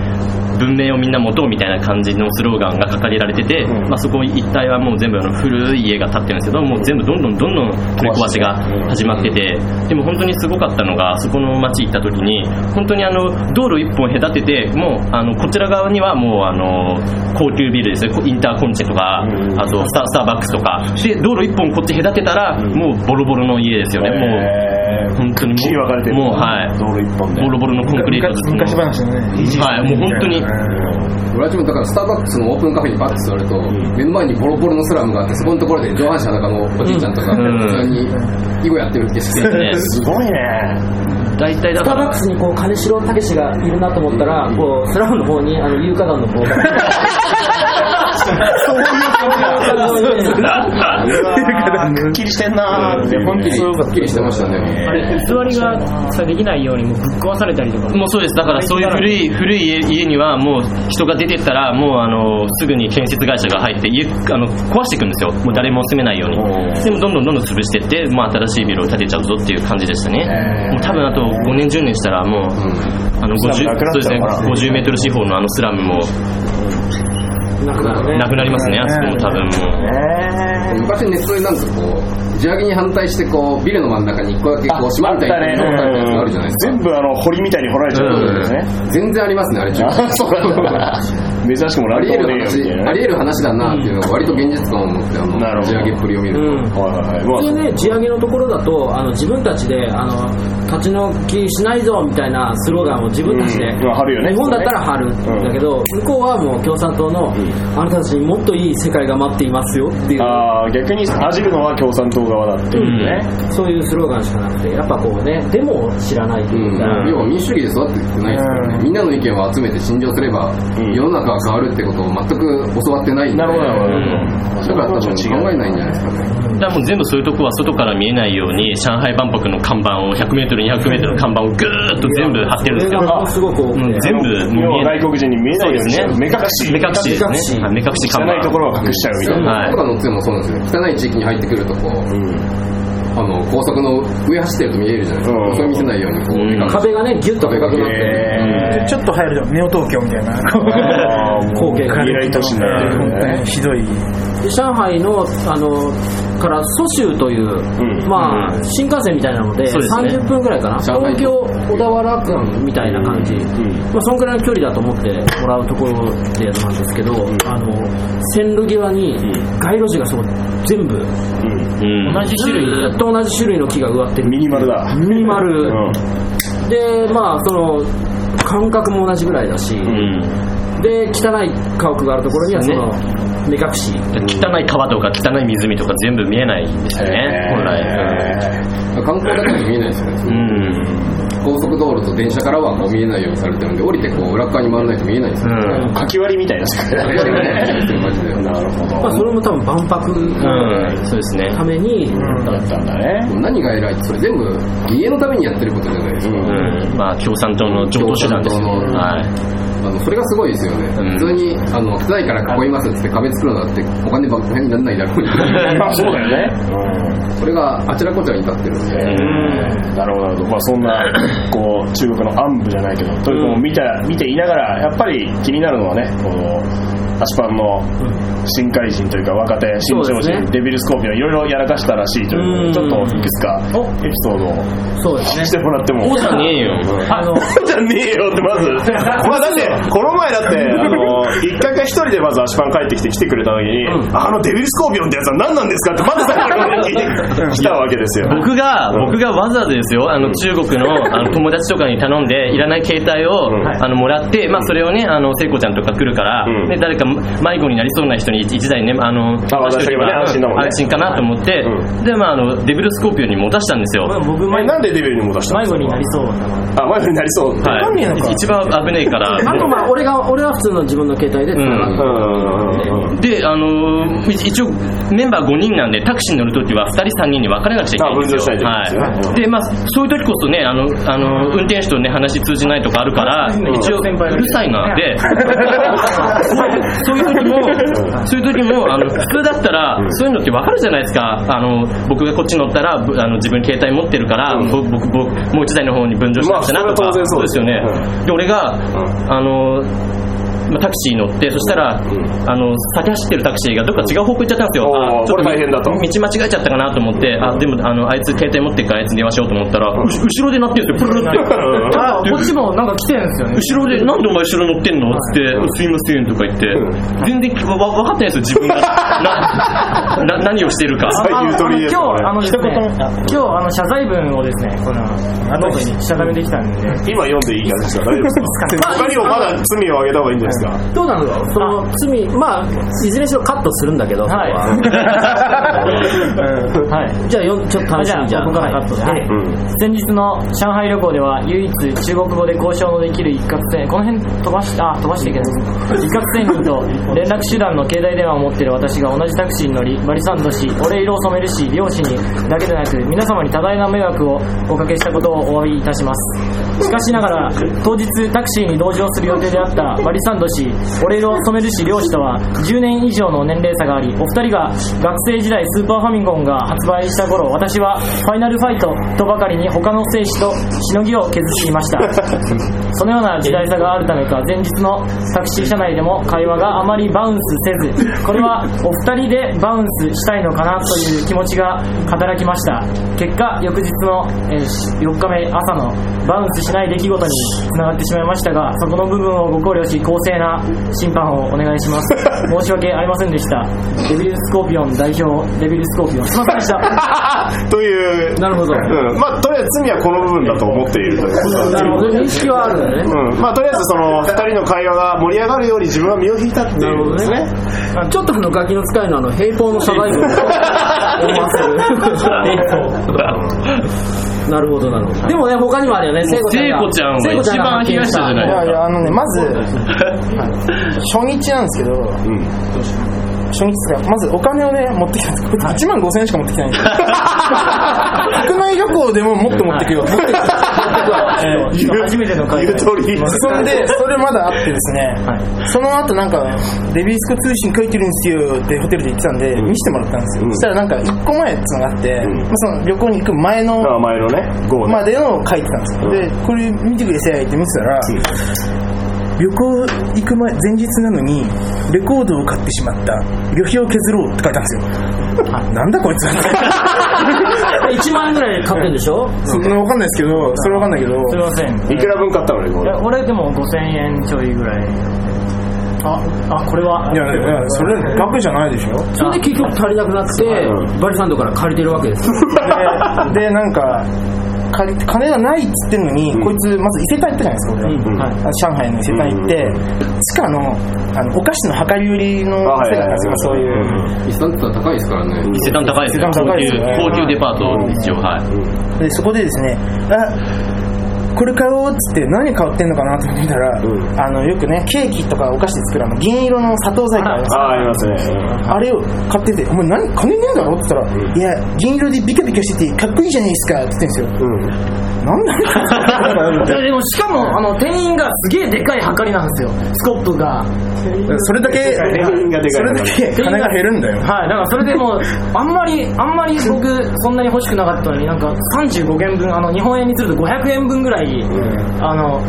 Speaker 7: 文明をみんな持とうみたいな感じのスローガンが掲げられてて、まあ、そこ一帯はもう全部あの古い家が建ってるんですけどもう全部どんどんどんどん取り壊しが始まっててでも本当にすごかったのがそこの街行った時に本当にあの道路一本隔ててもうあのこちら側にはもうあの高級ビルですねこうインターコンチェとかあとスタスターバックスとかで道路一本こっち隔てたらもうボロボロの家ですよねも
Speaker 2: え
Speaker 7: う本当に
Speaker 2: ー切り分かれてる
Speaker 7: もうはい
Speaker 2: 道路一本で
Speaker 7: ボロボロのコンクリートです
Speaker 6: 昔話のね
Speaker 7: はいもう本当に
Speaker 4: 俺たちもだからスターバックスのオープンカフェにバッて座ると、目の前にボロボロのスラムがあってそこのところで上半身裸のおじいちゃんとか、
Speaker 7: ん
Speaker 4: 普通に囲碁やってるってして
Speaker 7: ね
Speaker 2: すごいね
Speaker 7: 大体
Speaker 3: ス
Speaker 7: だか
Speaker 3: ターバッ
Speaker 7: ら
Speaker 3: クスにこう金城武士がいるなと思ったら、こうスラムの方にあの有価団の方が。
Speaker 2: あは
Speaker 3: そういう感じ
Speaker 2: っきりしてんなーっていうね
Speaker 4: 本気ですっきりしてましたね
Speaker 8: あれ、座りがさ、できないようにもうぶっ壊されたりとか。
Speaker 7: もうそうですだからそういう古い古い家家にはもう人が出てったらもうあのすぐに建設会社が入って家あの壊していくんですよもう誰も住めないようにでもどんどんどんどん潰していって、まあ、新しいビルを建てちゃうぞっていう感じでしたねもう多分あと5年10年したらもう、あの50
Speaker 2: スラムなくな
Speaker 7: そう
Speaker 2: っち
Speaker 7: です
Speaker 2: ゃう
Speaker 7: ね
Speaker 2: のかな
Speaker 7: 50メートル四方のあのスラムも
Speaker 3: なくなるね
Speaker 7: なくなりますねあそこも多分もう
Speaker 4: 昔ネットでなんかこう地上げに反対してこうビルの真ん中に一個だけこう島みたいなのがあったやつがあるじゃないですか
Speaker 2: 全部あの堀みたいに掘られちゃうってことですね
Speaker 4: 全然ありますねあれ中
Speaker 2: あそうなんだ珍しくも
Speaker 4: あ
Speaker 2: なん
Speaker 4: り
Speaker 2: と
Speaker 4: 得
Speaker 2: もね
Speaker 4: る
Speaker 2: えよみたいな
Speaker 4: 話あり
Speaker 2: ね
Speaker 4: 得る話だなっていうのが割と現実感を持ってあ
Speaker 2: なる
Speaker 4: の
Speaker 2: ほ
Speaker 4: 地
Speaker 2: ど
Speaker 4: 上げっぷりを見る
Speaker 3: うん
Speaker 2: はいはいはいまあ
Speaker 3: 普通ね、地上げのところだとあの自分たちであの立ち退きしないぞみたいなスローガンを自分たちで、
Speaker 2: うんまあ貼るよね
Speaker 3: 日本だったら貼る
Speaker 2: ん
Speaker 3: んだけど、向こうはもう共産党の、あなたたちにもっといい世界が待っていますよっていう
Speaker 2: あー逆に恥じるのは共産党側だっていうね、
Speaker 3: そういうスローガンしかなくてやっぱこうねデモを知らないと
Speaker 4: う
Speaker 3: い
Speaker 4: ん
Speaker 3: うか、
Speaker 4: 要は民主主義で育ってきてないですからねみんなの意見を集めて陳情すれば
Speaker 2: ん
Speaker 4: 世の中が変わるってことを全く教わってないんで
Speaker 2: なるほどなるほど、
Speaker 4: だから多分考えないんじゃないですかね
Speaker 7: だからもう全部そういうとこは外から見えないように上海万博の看板を 100m200m の看板をぐーっと全部貼ってるんですけど
Speaker 3: それがものすごく多くて、
Speaker 7: うん全部見え
Speaker 2: 要
Speaker 7: ない
Speaker 2: は外国人に見えないようにしちゃう
Speaker 7: そう
Speaker 2: 目
Speaker 7: で
Speaker 2: 隠し
Speaker 7: 目隠しですねはい目隠し看板
Speaker 2: 汚いところは隠しちゃうみたいな、
Speaker 7: はい
Speaker 4: とかの杖もそうなんですよ汚い地域に入ってくるとこう、あの高速の上走ってると見えるじゃないですか、
Speaker 2: うん
Speaker 4: それ見せないようにこう、
Speaker 7: うん
Speaker 4: 目隠し
Speaker 3: 壁がねギュッと
Speaker 4: 壁がくなってる、
Speaker 2: え
Speaker 6: ちょっと流行るとネオ東京みたいな
Speaker 2: あーもう
Speaker 3: 光景が
Speaker 2: 未来都市になってる
Speaker 6: 本
Speaker 2: よ
Speaker 6: 当
Speaker 2: ね
Speaker 6: にひどい
Speaker 3: で上海のあのから蘇州という、
Speaker 2: ん
Speaker 3: まあ新幹線みたいなので
Speaker 7: そうですね
Speaker 3: 30分ぐらいかな、
Speaker 4: 上海
Speaker 3: 東京小田原間みたいな感じ、まあ、そのくらいの距離だと思ってもらうところでなんですけど、あの線路際に街路樹がそう全部
Speaker 7: うん
Speaker 8: 同じ種類
Speaker 3: ずっと同じ種類の木が植わってる
Speaker 2: ミニマルだ
Speaker 3: ミニマ
Speaker 2: う
Speaker 3: ル、
Speaker 2: ん
Speaker 3: でまあその間隔も同じぐらいだし、
Speaker 7: うん
Speaker 3: で汚い家屋があるところにはその目隠し、
Speaker 7: 汚い川とか汚い湖とか全部見えないんですよね、本来。
Speaker 4: 観光だけじゃ見えないですよね、
Speaker 7: うん。
Speaker 4: 高速道路と電車からはこう見えないようにされてるんで降りてこう裏側に回らないと見えないですよ、
Speaker 7: うん。
Speaker 2: かき割りみたいな世界だ
Speaker 4: 見えないで すよマジで
Speaker 2: なるほど
Speaker 3: まあ、それも多分万博の
Speaker 7: うん。そうですね。
Speaker 3: ために、
Speaker 2: だったんだね
Speaker 4: 何が偉いってそれ全部家のためにやってることじゃないですか、
Speaker 7: うん。まあ、共産党の上等手段ですよ。
Speaker 4: 共産党の
Speaker 7: はい。
Speaker 4: あのそれがすごいですよね、
Speaker 7: うん
Speaker 4: 普通にあの汚いから囲いますっつって壁作るのだってお金ばっかりにならないだろうに
Speaker 2: まあ そうだよね
Speaker 4: これがあちらこちらに立ってるんで、
Speaker 2: うんなるほどなるほど、まあ、そん なこう中国の暗部じゃないけどというのを見た見ていながらやっぱり気になるのはねこのアシパンの新海人というか若手新
Speaker 3: そ
Speaker 2: 潮
Speaker 3: うです
Speaker 2: 人、
Speaker 3: ね
Speaker 2: デビルスコーピオンいろいろやらかしたらしいといううんちょっといくつかエピソードを
Speaker 3: そうですね
Speaker 2: してもらっても
Speaker 7: そうじゃねえよ。
Speaker 3: あの
Speaker 2: じゃねえよってまず、 まあ、だってこの前だってあの一回か一人でまず足パン帰ってきて来てくれた時に、あのデビルスコーピオンってやつは何なんですかってまずさっきから聞いてきたわけですよ
Speaker 7: 僕が、僕がわざわざですよ、あの、中国の あの友達とかに頼んで、いらない携帯を、
Speaker 2: ん
Speaker 7: あの、もらって、まあ、それをね、あの、聖子ちゃんとか来るから、
Speaker 2: うん
Speaker 7: ね、誰か迷子になりそうな人に一一台ね、あの、
Speaker 2: 渡しとけばね安心だもんね
Speaker 7: 安心かなと思って、
Speaker 2: う
Speaker 7: で、まあ、あの、デビルスコーピオンに持たしたんですよ。
Speaker 2: お 前なんでデビルに戻したの
Speaker 8: 迷子になりそうだな。
Speaker 2: あ迷子になりそう、、
Speaker 7: はい い、一番危ねえから、
Speaker 9: とまあ俺が俺は普通の自分の携帯で繋がって
Speaker 7: で、あのー一一応メンバー5人なんでタクシーに乗るときは2人3人に分かれなくちゃいけないんで
Speaker 2: あ分譲
Speaker 7: すよ
Speaker 2: しないといけないんですよね
Speaker 7: はい、でまあそういう時こそねあの、あのー運転手とね話通じないとかあるから一応うるさいなで そうそういう時もそういう時もあの普通だったらそういうのって分かるじゃないですかあの僕がこっち乗ったらぶあの自分携帯持ってるから、ぼ僕僕もう1台の方に分譲しなくちゃなとか、
Speaker 2: まあそれは当然そうです
Speaker 7: よね、で俺が、あのまあ、タクシーに乗ってそしたら、あの先走ってるタクシーがどっか違う方向行っちゃったんですよ、
Speaker 2: おー
Speaker 7: あちょ
Speaker 2: こ
Speaker 7: っと
Speaker 2: れ大変だと
Speaker 7: 道間違えちゃったかなと思って、あでもあのあいつ携帯持ってるからあいつに電話しようと思ったら、うし後ろで鳴ってるんですよプルルって
Speaker 3: あこっちもなんか来てるんですよね
Speaker 7: 後ろで「なんでお前後ろ乗ってんの?」っつって「すいません」とか言って全然わわ分かってないんで すよ自分がなな何をしてるか
Speaker 3: あ
Speaker 2: 言
Speaker 3: の
Speaker 2: う通りです
Speaker 3: 今
Speaker 2: これ
Speaker 3: 日あのですね今日あの謝罪文をですねこのノートにしたためてきたんで
Speaker 2: 今読んでいい感じですか大丈夫ですか他にもまだ罪をあげた方がいいんじゃないですか
Speaker 9: どうなんだろうその罪まあいずれにしろカットするんだけどそこ
Speaker 3: はいはい
Speaker 9: じゃあよちょっと楽
Speaker 3: じ
Speaker 9: し
Speaker 3: ゃあ
Speaker 9: みじゃん
Speaker 3: 僕からカットで
Speaker 9: はい
Speaker 3: はい先日の上海旅行では唯一中国語で交渉のできる一括船この辺飛ばしあ飛ばしていけない一括船員と連絡手段の携帯電話を持っている私が同じタクシーに乗りバリサンドしお礼色を染めるし両親にだけでなく皆様に多大な迷惑をおかけしたことをお詫びいたしますしかしながら当日タクシーに同乗する予定であったバリサンド氏お礼色を染めるし漁師とは10年以上の年齢差がありお二人が学生時代スーパーファミコンが発売した頃私はファイナルファイトとばかりに他の生死としのぎを削っていましたそのような時代差があるためか前日のタクシー車内でも会話があまりバウンスせずこれはお二人でバウンスしたいのかなという気持ちが働きました結果翌日の、え4日目朝のバウンスしない出来事につながってしまいましたがそこの部分をご考慮し公正な審判をお願いします 申し訳ありませんでしたデビルスコーピオン代表デビルスコーピオンすいませんでした
Speaker 2: という
Speaker 9: なるほど
Speaker 2: うんまあとりあえず罪はこの部分だと思っているということ
Speaker 9: なるほど認識はあるんだね
Speaker 2: うんまあとりあえずその2人の会話が盛り上がるように自分は身を引いたって
Speaker 9: ないるほ
Speaker 2: う
Speaker 9: ど
Speaker 2: ですね
Speaker 9: ねあちょっとのガキの使いのあの平行の謝罪文を思わせ るなるほどなるほどでもね他にもあるよね聖
Speaker 7: 聖子ちゃんは
Speaker 9: 聖子ち
Speaker 7: 一
Speaker 9: が
Speaker 7: 番
Speaker 9: 発
Speaker 7: 冷
Speaker 9: 見
Speaker 7: や
Speaker 9: し
Speaker 7: したじゃ
Speaker 6: い
Speaker 7: ない
Speaker 6: やい
Speaker 7: です
Speaker 6: や
Speaker 7: か
Speaker 6: あのね まず初日なんですけど
Speaker 2: うん
Speaker 6: 初日ですかまずお金をね持ってきたんですこれ1万5000円しか持ってきてないんですよ国内旅行でももっと持ってくよ、
Speaker 3: 初めての会
Speaker 2: 言う通り
Speaker 6: そんで、それまだあってですね、その後なんか、デビースコ通信書いてるんですよってホテルで言ってたんで、見せてもらったんですよ。
Speaker 2: うん
Speaker 6: そしたらなんか、1個前っていうのがあって、
Speaker 2: ん
Speaker 6: まあ、その旅行に行く前の、
Speaker 2: 名前のねゴー
Speaker 6: までのを書いてたんですよ。で、これ見てくださいって見てたら、旅行行く前、前日なのに、レコードを買ってしまった、旅費を削ろうって書いたんですよ。あなんだこいつ
Speaker 9: 1万円ぐらい買ってるんでしょ
Speaker 6: そんなわかんないですけど、それわかんないけど、
Speaker 3: すいません
Speaker 2: いくら分買ったのレコー
Speaker 3: い
Speaker 2: ド
Speaker 3: や俺でも5000円ちょいぐらいああこれはい
Speaker 6: や、いやそれ額じゃないでしょ
Speaker 9: それで結局足りなくなってバリサンドから借りてるわけですよ
Speaker 6: ででなんか借り金がないっつってんのに、こいつまず伊勢丹行ったじゃないですか俺は、
Speaker 2: うん
Speaker 6: はい上海の伊勢丹行って、地下のあのお菓子の量り売りの
Speaker 2: あはい
Speaker 6: 店だったんですよ、そういう、
Speaker 4: イスタンツは高いですからね。
Speaker 7: 伊勢丹高いですね
Speaker 6: 伊勢丹高いですよね
Speaker 7: 高級高級デパート一応はい
Speaker 6: でそこでですねあこれ買おうっつって何買ってんのかなと思ってみたら、
Speaker 2: うん
Speaker 6: あのよくねケーキとかお菓子で作るあの銀色の砂糖細工あります
Speaker 2: ああありますね
Speaker 6: あれを買ってて、お前何、金ねえだろって言ったら、いや、銀色でビカビカしてて、かっこいいじゃないですかって言ってんですよ。
Speaker 2: うん
Speaker 6: なんだろうって
Speaker 3: でもしかもあの店員がすげえでかいはかりなんですよスコップが
Speaker 6: それだけ、
Speaker 2: 店員がでかい
Speaker 6: それだけ金が減るんだよ。
Speaker 3: はいだからそれでもうあんまりあんまり僕そんなに欲しくなかったのになんか35元分あの日本円にすると500円分ぐらいあの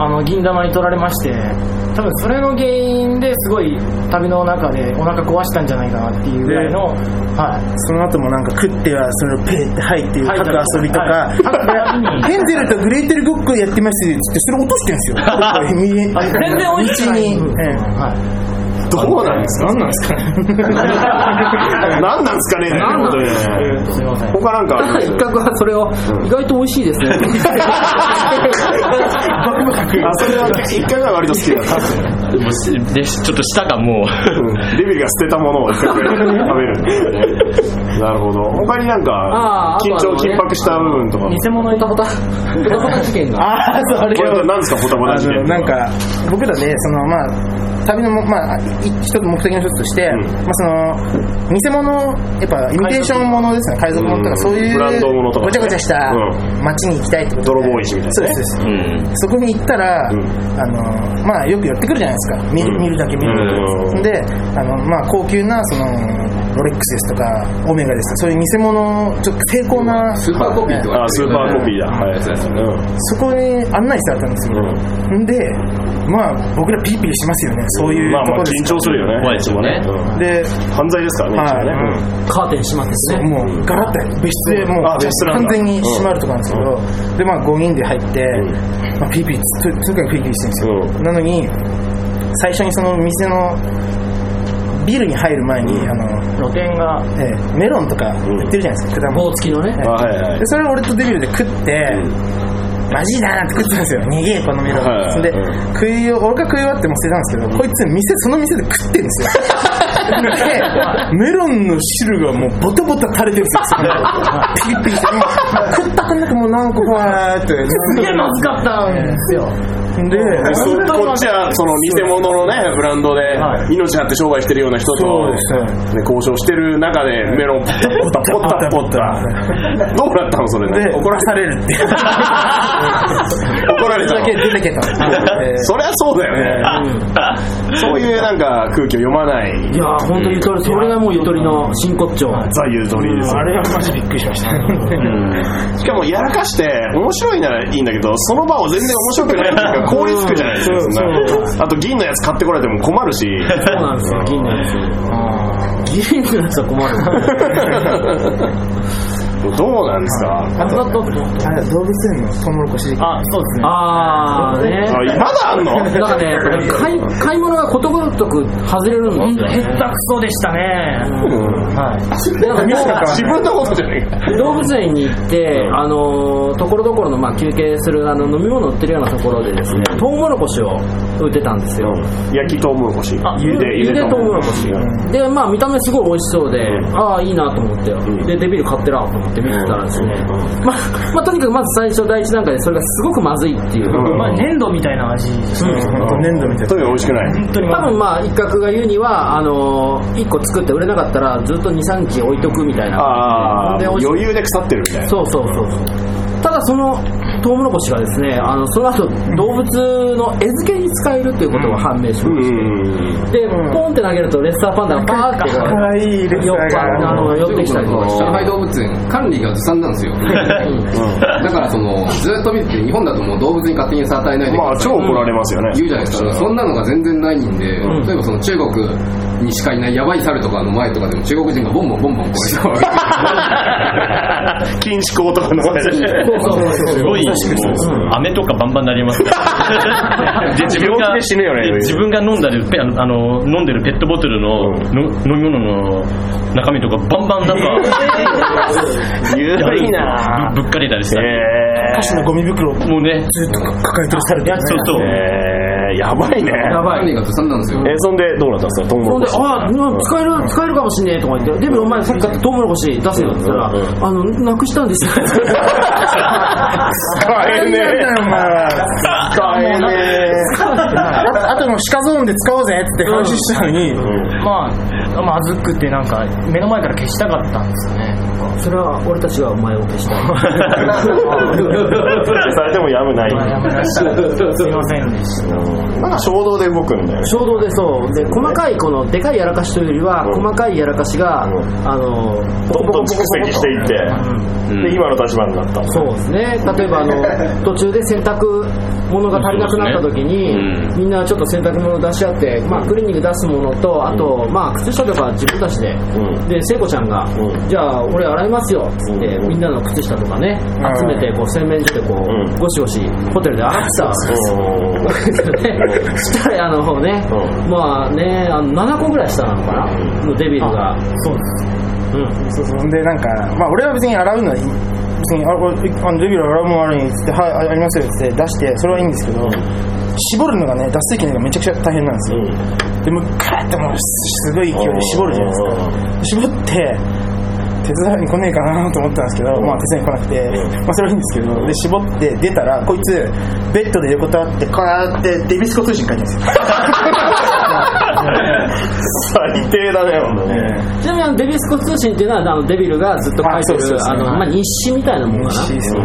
Speaker 3: あの銀玉に取られまして多分それの原因ですごい旅の中でお腹壊したんじゃないかなっていうぐらいの、はい
Speaker 6: その後もなんか食っては、そのペーって入って、
Speaker 3: はい
Speaker 6: 各遊びとか
Speaker 3: はいはい、
Speaker 6: ヘンゼルとグレーテルごっこやってますって言って、それ落としてるんですよ。
Speaker 3: 全然美味しくない
Speaker 6: 道に。ええ
Speaker 3: はい
Speaker 2: どうなんですか
Speaker 6: 何なんですかね
Speaker 2: 何なんですかね
Speaker 3: 何なんで
Speaker 2: 本当にね
Speaker 8: すいません
Speaker 2: 他なんかあります
Speaker 3: 一角はそれを、意外と美味しいですね。
Speaker 2: あそれは一角は割と好きだった
Speaker 7: でちょっと舌がもう
Speaker 2: うんレビルが捨てたものを一角で食べるなるほど他になんか
Speaker 3: あーあと
Speaker 2: 緊
Speaker 3: は
Speaker 2: 張緊
Speaker 3: ね
Speaker 2: 迫した部分とか
Speaker 8: 偽物に
Speaker 3: ポタポタ、ポタポタ事件 が。
Speaker 6: ああそ
Speaker 2: これ
Speaker 6: れ
Speaker 2: は
Speaker 6: を
Speaker 2: 何ですかポタポ
Speaker 6: あ
Speaker 2: タ事件
Speaker 6: のなんか僕らでそのまあ旅のも、まあ、い一つ目的の一つとして、
Speaker 2: ん
Speaker 6: まあ、その偽物やっぱイミテーションものですね海賊ものと
Speaker 2: うん
Speaker 6: かそういう
Speaker 2: ブランドものとか
Speaker 6: ごちゃごちゃした
Speaker 2: う
Speaker 6: 街に行きたいってことで
Speaker 2: 泥棒石みたいなね
Speaker 6: そうですそうです
Speaker 7: うん
Speaker 6: そこに行ったら、
Speaker 2: うん
Speaker 6: あのまあ、よく寄ってくるじゃないですか見る,、
Speaker 2: うん
Speaker 6: 見るだけ見るだ
Speaker 2: うん
Speaker 6: けであの、まあ、高級なそのロレックスですとかオメガですとかそういう偽物ちょっと精巧な
Speaker 4: スーパーコピーとか
Speaker 2: あスーパーコピーだはい
Speaker 4: そうです
Speaker 6: そこに案内されたんですよ、ん、でまあ僕らピリピリしますよねそういう
Speaker 2: まあ
Speaker 6: と
Speaker 2: ま
Speaker 6: こ
Speaker 2: あ
Speaker 6: ろです
Speaker 2: 緊張するよね
Speaker 7: 怖いですよね
Speaker 2: うん
Speaker 6: で、
Speaker 2: 犯罪ですからね
Speaker 6: はい
Speaker 2: 一応ね
Speaker 3: カーテンしますですね。
Speaker 6: もうガラッて別室でもう
Speaker 2: あ別室なん
Speaker 6: 完
Speaker 2: だ
Speaker 6: 全に閉まるとこなんですけど、でまあ5人で入って、まあ、ピリピリととにかくピリピリしてるんですよ、なのに最初にその店のビルに入る前に、あの
Speaker 8: 露店が
Speaker 6: えーメロンとか売ってるじゃないですか、果
Speaker 3: 棒
Speaker 6: 物
Speaker 3: 付きのね。
Speaker 2: あはいはい
Speaker 6: でそれを俺とデビルで食って、マジだなって食ってたんですよ逃げえこのメロン、
Speaker 2: はい
Speaker 6: で、
Speaker 2: う
Speaker 6: 食いよ俺が食い終わっても捨てたんですけど、こいつ店その店で食ってるんですよでメロンの汁がもうボタボタ垂れてるんですよそのピリピリしてもう食ったくんなくもう何個かってすげえまずかったんですよで
Speaker 2: でそこっちはその偽物のねブランドで命張って商売してるような人と
Speaker 6: そうですね
Speaker 2: ね交渉してる中でメロンポタポタポタポタ どうなったのそれ
Speaker 6: で
Speaker 2: ね
Speaker 6: 怒らされるっていう
Speaker 2: 怒られ
Speaker 6: そ
Speaker 2: た
Speaker 6: れだ
Speaker 2: の
Speaker 6: け出てけと
Speaker 2: そりゃそうだよねそういうなんか空気を読まない
Speaker 3: いやー、本当ゆとり、それがもうゆとりの真骨頂。
Speaker 2: ザ・ユートリーですよ
Speaker 6: あれはマジびっくりしました
Speaker 2: しかもやらかして面白いならいいんだけどその場を全然面白くないっていうか凍りつくじゃないですかそんなあと銀のやつ買ってこられても困るし
Speaker 3: そうなんですよ、銀のやつ。ギリのやつは困る。
Speaker 2: もうどうなんですか
Speaker 6: あとあれ動物園のトウモロコシ
Speaker 8: あそうですね
Speaker 3: あーね。
Speaker 2: あまだあんの
Speaker 3: なんかね、買い買い物がことごとく外れるんですよ、ね。
Speaker 8: 下手くそでしたね
Speaker 3: なんか
Speaker 6: 妙な
Speaker 2: 自分のことじゃないか
Speaker 3: 動物園に行って、あのーところどころの、まあ、休憩するあの飲み物売ってるようなところでですね、トウモロコシを売ってたんですよ。
Speaker 2: 焼きトウモロコシ
Speaker 3: ゆでゆでトウモロコシ
Speaker 2: うん
Speaker 3: で、まあ、見た目すごい美味しそうで、ああ、いいなと思って、で、デビル買ってらと思って見てたらですね、まあ、まあ、とにかくまず最初第一段階でそれがすごくまずいっていう。
Speaker 8: まあ粘土みたいな味ですね
Speaker 6: 粘土みた
Speaker 2: とにか
Speaker 6: いな
Speaker 2: く美味しくない
Speaker 8: 本当に
Speaker 3: 多分まあ一角が言うにはあのー、1個作って売れなかったらずっと23期置いとくみたいな
Speaker 2: ああ余裕で腐ってるみたいな
Speaker 3: そうそうそうそうただそのトウモロコシがですねあのその後動物の餌付けに使えるということが判明し
Speaker 2: う
Speaker 3: まし
Speaker 2: ん
Speaker 3: て、でポンって投げるとレッサーパンダがパーって
Speaker 6: かわいいレッサーが
Speaker 3: よっぱあの寄ってきたりとかして
Speaker 4: 上海動物園管理がずさんなんですよだからそのずっと見てて日本だともう動物に勝手に餌与えないでく
Speaker 2: ま
Speaker 4: だ
Speaker 2: あ
Speaker 4: さ
Speaker 2: 超
Speaker 4: い
Speaker 2: 怒られますよね
Speaker 4: 言うじゃないですかそんなのが全然ないんで、例えばその中国にしかいないヤバい猿とかの前とかでも中国人がボンボンボンボンこうやって
Speaker 2: 禁止校とかの
Speaker 7: すごいもう飴とかバンバンなりますねで自分が
Speaker 2: 病気で死ぬよね
Speaker 7: で自分が飲んだりペあのあの飲んでるペットボトルのの飲み物の中身とかバンバンなんか
Speaker 2: ゆるいな
Speaker 7: ぶぶっかけたりしたり
Speaker 2: え
Speaker 6: 箸のゴミ袋をず
Speaker 7: もうね
Speaker 6: っと抱えてる猿ってね
Speaker 7: そうそう
Speaker 2: ーえーやばいね
Speaker 3: やば
Speaker 4: 管
Speaker 3: い
Speaker 4: 理がずさんなんですよ
Speaker 2: えーそんでどうなったんですかトウモ
Speaker 3: ほ
Speaker 2: ロ
Speaker 3: ん
Speaker 2: コ
Speaker 3: で
Speaker 2: シ、
Speaker 3: ああ、うん使える、使えるかもしんねえとか言って、デビルお前さっき買ったトウモロコシ出せよって言った
Speaker 2: う
Speaker 3: ら、
Speaker 2: ん
Speaker 3: あの、なくしたん ですよ。
Speaker 2: 使えね
Speaker 6: なんだよお前は
Speaker 2: 使えね
Speaker 6: ああとの鹿ゾーンで使おうぜって話したのに、
Speaker 8: まあまずくてなんか目の前から消したかったんですよね
Speaker 3: それは俺たちがお前を消した。
Speaker 2: えされてもやむない
Speaker 8: すいませんでした
Speaker 2: なんか衝動で動くんだよね
Speaker 3: 衝動でそう。で、細かい、この、でかいやらかしというよりは、細かいやらかしが、あの、
Speaker 2: どんどん蓄積していってで今の立場になった
Speaker 3: そうですね。例えば、あの、途中で洗濯物が足りなくなった時に
Speaker 7: うん、
Speaker 3: みんなちょっと洗濯物出し合って、まあ、クリーニング出すものと、あと、と、まあ、靴下とか自分たちで、
Speaker 2: ん
Speaker 3: で聖子ちゃんが、
Speaker 2: うん
Speaker 3: じゃあ俺洗いますよ」っつって、
Speaker 2: うん
Speaker 3: みんなの靴下とかね集めてこう洗面所でこう、
Speaker 2: うん
Speaker 3: ゴシゴシホテルで洗ってたわけですよ ねしたらあのね、
Speaker 2: うん
Speaker 3: まあねあの7個ぐらい下なのかな、のデビルがそうですうん
Speaker 6: そうそう。で、なんか、まあ、俺は別に洗うのはいい。別に、あ、これ、あの、デビル洗うもんあるに、つって、はい、あありますよ、つって出して、それはいいんですけど、絞るのがね、脱水機のがめちゃくちゃ大変なんですよ。で、もう、カーってもう、すすごい勢いで絞るじゃないですか。絞って、手伝いに来ねえかなと思ったんですけど、まあ手伝いに来なくて、まあそれはいいんですけど、で、絞って出たら、こいつ、ベッドで横たわって、こうやってデビスコ通信書いてるんですよ。
Speaker 2: 最低だね、ほんとね。
Speaker 3: ちなみにあのデビスコ通信っていうのはあのデビルがずっと書い
Speaker 6: あ
Speaker 3: て
Speaker 6: そうそう
Speaker 3: る
Speaker 6: そう
Speaker 3: あのまあ日誌みたいなもんか
Speaker 6: 嬉しいですね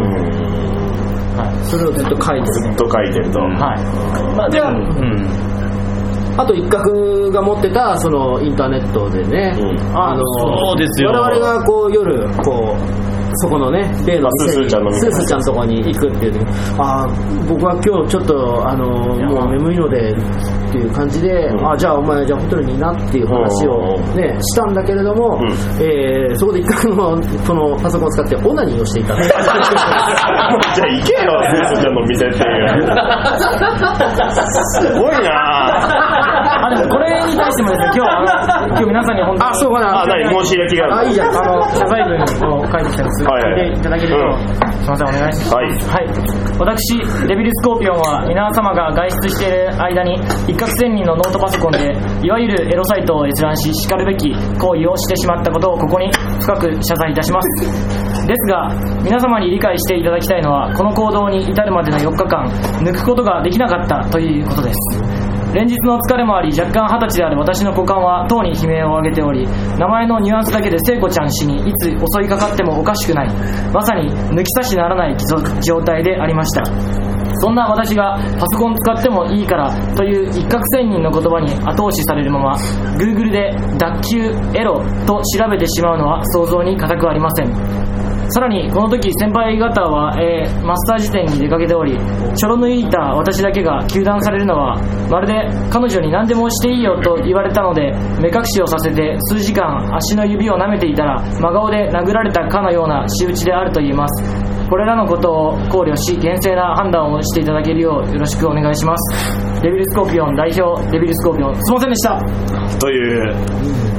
Speaker 3: なそれをずっと書いてる
Speaker 2: ずっと書いてると。
Speaker 7: はい。まあ、
Speaker 3: で
Speaker 7: でも、
Speaker 3: は
Speaker 7: うん。
Speaker 3: あと一角が持ってたそのインターネットでね、
Speaker 2: うん
Speaker 3: あの
Speaker 7: そうですよ
Speaker 3: 我々がこう夜こうそこのね例の
Speaker 2: スースーちゃんの
Speaker 3: スースーちゃんのとこに行くっていう時ああ僕は今日ちょっとあのもう眠いのでっていう感じで、
Speaker 2: うん
Speaker 3: あじゃあお前じゃあホテルにいなっていう話を
Speaker 2: うん
Speaker 3: ねしたんだけれど
Speaker 2: う
Speaker 3: も、
Speaker 2: ん
Speaker 3: えーそこで一角の このパソコンを使ってオナニーをし ていた
Speaker 2: じゃあ行けよ、スースーちゃんの店っていう。すごいな
Speaker 8: あ、でもこれに対してもですね、今日は、あの今日皆さんに本当に。
Speaker 3: あそうかな
Speaker 2: あ、何申し入れ気があ
Speaker 3: あ
Speaker 2: る
Speaker 3: いいじゃん
Speaker 8: あの、謝罪文を書いてきたんです
Speaker 2: はいはい
Speaker 8: 聞いていただけると、すいません、お願いします。
Speaker 2: はい
Speaker 8: はい。私、デビルスコーピオンは、皆様が外出している間に、一攫千人のノートパソコンで、いわゆるエロサイトを閲覧し、叱るべき行為をしてしまったことを、ここに深く謝罪いたします。ですが、皆様に理解していただきたいのは、この行動に至るまでの4日間、抜くことができなかったということです。連日の疲れもあり若干二十歳である私の股間はとうに悲鳴を上げており名前のニュアンスだけで聖子ちゃん氏にいつ襲いかかってもおかしくないまさに抜き差しならない状態でありましたそんな私がパソコン使ってもいいからという一攫千人の言葉に後押しされるまま Google で「脱臼エロ」と調べてしまうのは想像に難くありませんさらにこの時先輩方は、えーマッサージ店に出かけておりちょろ抜いた私だけが糾弾されるのはまるで彼女に何でもしていいよと言われたので目隠しをさせて数時間足の指を舐めていたら真顔で殴られたかのような仕打ちであると言えますこれらのことを考慮し厳正な判断をしていただけるようよろしくお願いしますデビルスコーピオン代表デビルスコーピオンすいませんでした
Speaker 2: という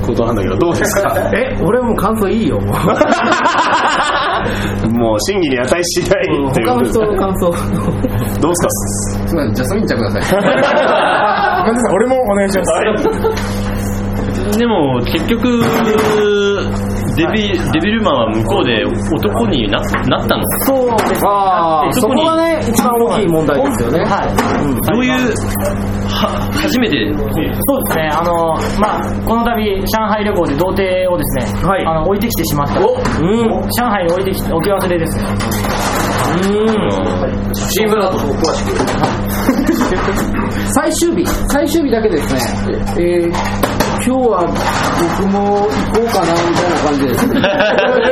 Speaker 2: ことなんだけど、どうですか
Speaker 3: え俺もう感想い いよもう
Speaker 2: もう審議に値しないっていう
Speaker 3: 他
Speaker 2: こと
Speaker 3: の
Speaker 2: です
Speaker 3: 人の感想
Speaker 2: どうです
Speaker 4: すみません、ジャスミンちゃんください。
Speaker 6: ごめんなさい俺もお願いします。
Speaker 2: かはい
Speaker 7: でも結局デビデビルマンは向こうで男にななったの
Speaker 3: そうですね
Speaker 7: あー
Speaker 3: そこがね一番大きい問題ですよね
Speaker 8: はい、
Speaker 7: どういうは初めて
Speaker 8: そうですね、あのまあ、この度、上海旅行で童貞をですね、
Speaker 3: はい
Speaker 8: あの置いてきてしまった、
Speaker 3: うん
Speaker 8: 上海に置いてきて、置き忘れですね、
Speaker 4: チームだ と。
Speaker 3: 最終日最終日だけですねえー、今日は僕も行こうかなみた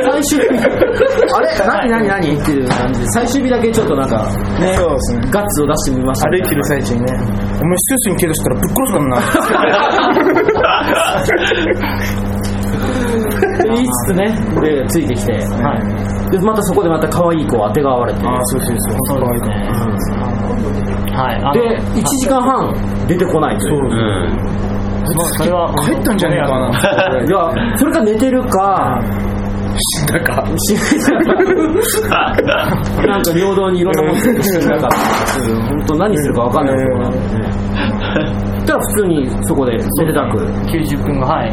Speaker 3: いな感じ ですね最終日あれ何何何っていう感じで最終日だけちょっとなんかね
Speaker 6: そうですね。
Speaker 3: ガッツを出してみました
Speaker 6: 歩いてる最中にね、お前スースーに怪我したらぶっ殺すからな。
Speaker 3: 言いつつねでついてきて、はい、でまたそこでまた可愛い子をあてがわれて
Speaker 6: ああ、そうそうそ
Speaker 8: そ
Speaker 6: う。
Speaker 8: うですね、はい、あの
Speaker 3: で1時間半出てこないという
Speaker 7: うん
Speaker 8: まあそれは、
Speaker 6: 帰ったんじゃねえかな。
Speaker 3: いやそれか寝てるか死んだかなんか平等にいろんなもの作ってるから本当何するか分かんないですよねただ普通にそこでめでたく
Speaker 8: 90分が、はい、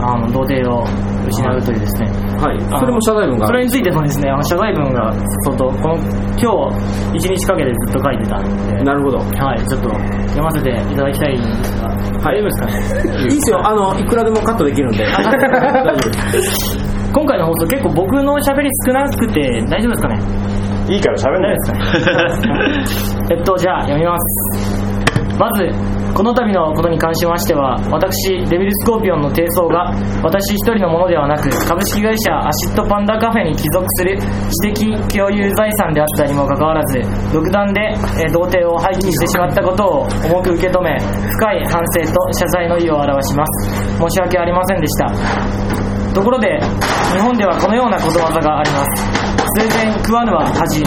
Speaker 8: あの童貞を失うというですね。
Speaker 3: はいそれも謝罪文が
Speaker 8: それについてもですね、あの謝罪文が相当、この今日一日かけてずっと書いてたんで、
Speaker 3: なるほど
Speaker 8: はい、ちょっと読ませていただきたいんですが、大丈夫ですかね。
Speaker 3: いいですよあのいくらでもカットできるんで大丈夫です
Speaker 8: 今回の放送結構僕の喋り少なくて大丈夫ですかね
Speaker 2: いいから喋んない
Speaker 8: えっとじゃあ読みます
Speaker 3: まずこの度のことに関しましては私デビルスコーピオンの提奏が私一人のものではなく株式会社アシットパンダカフェに帰属する知的共有財産であったにもかかわらず独断で、えー童貞を廃棄してしまったことを重く受け止め深い反省と謝罪の意を表します申し訳ありませんでしたところで日本ではこのようなことわざがあります生前食わぬは恥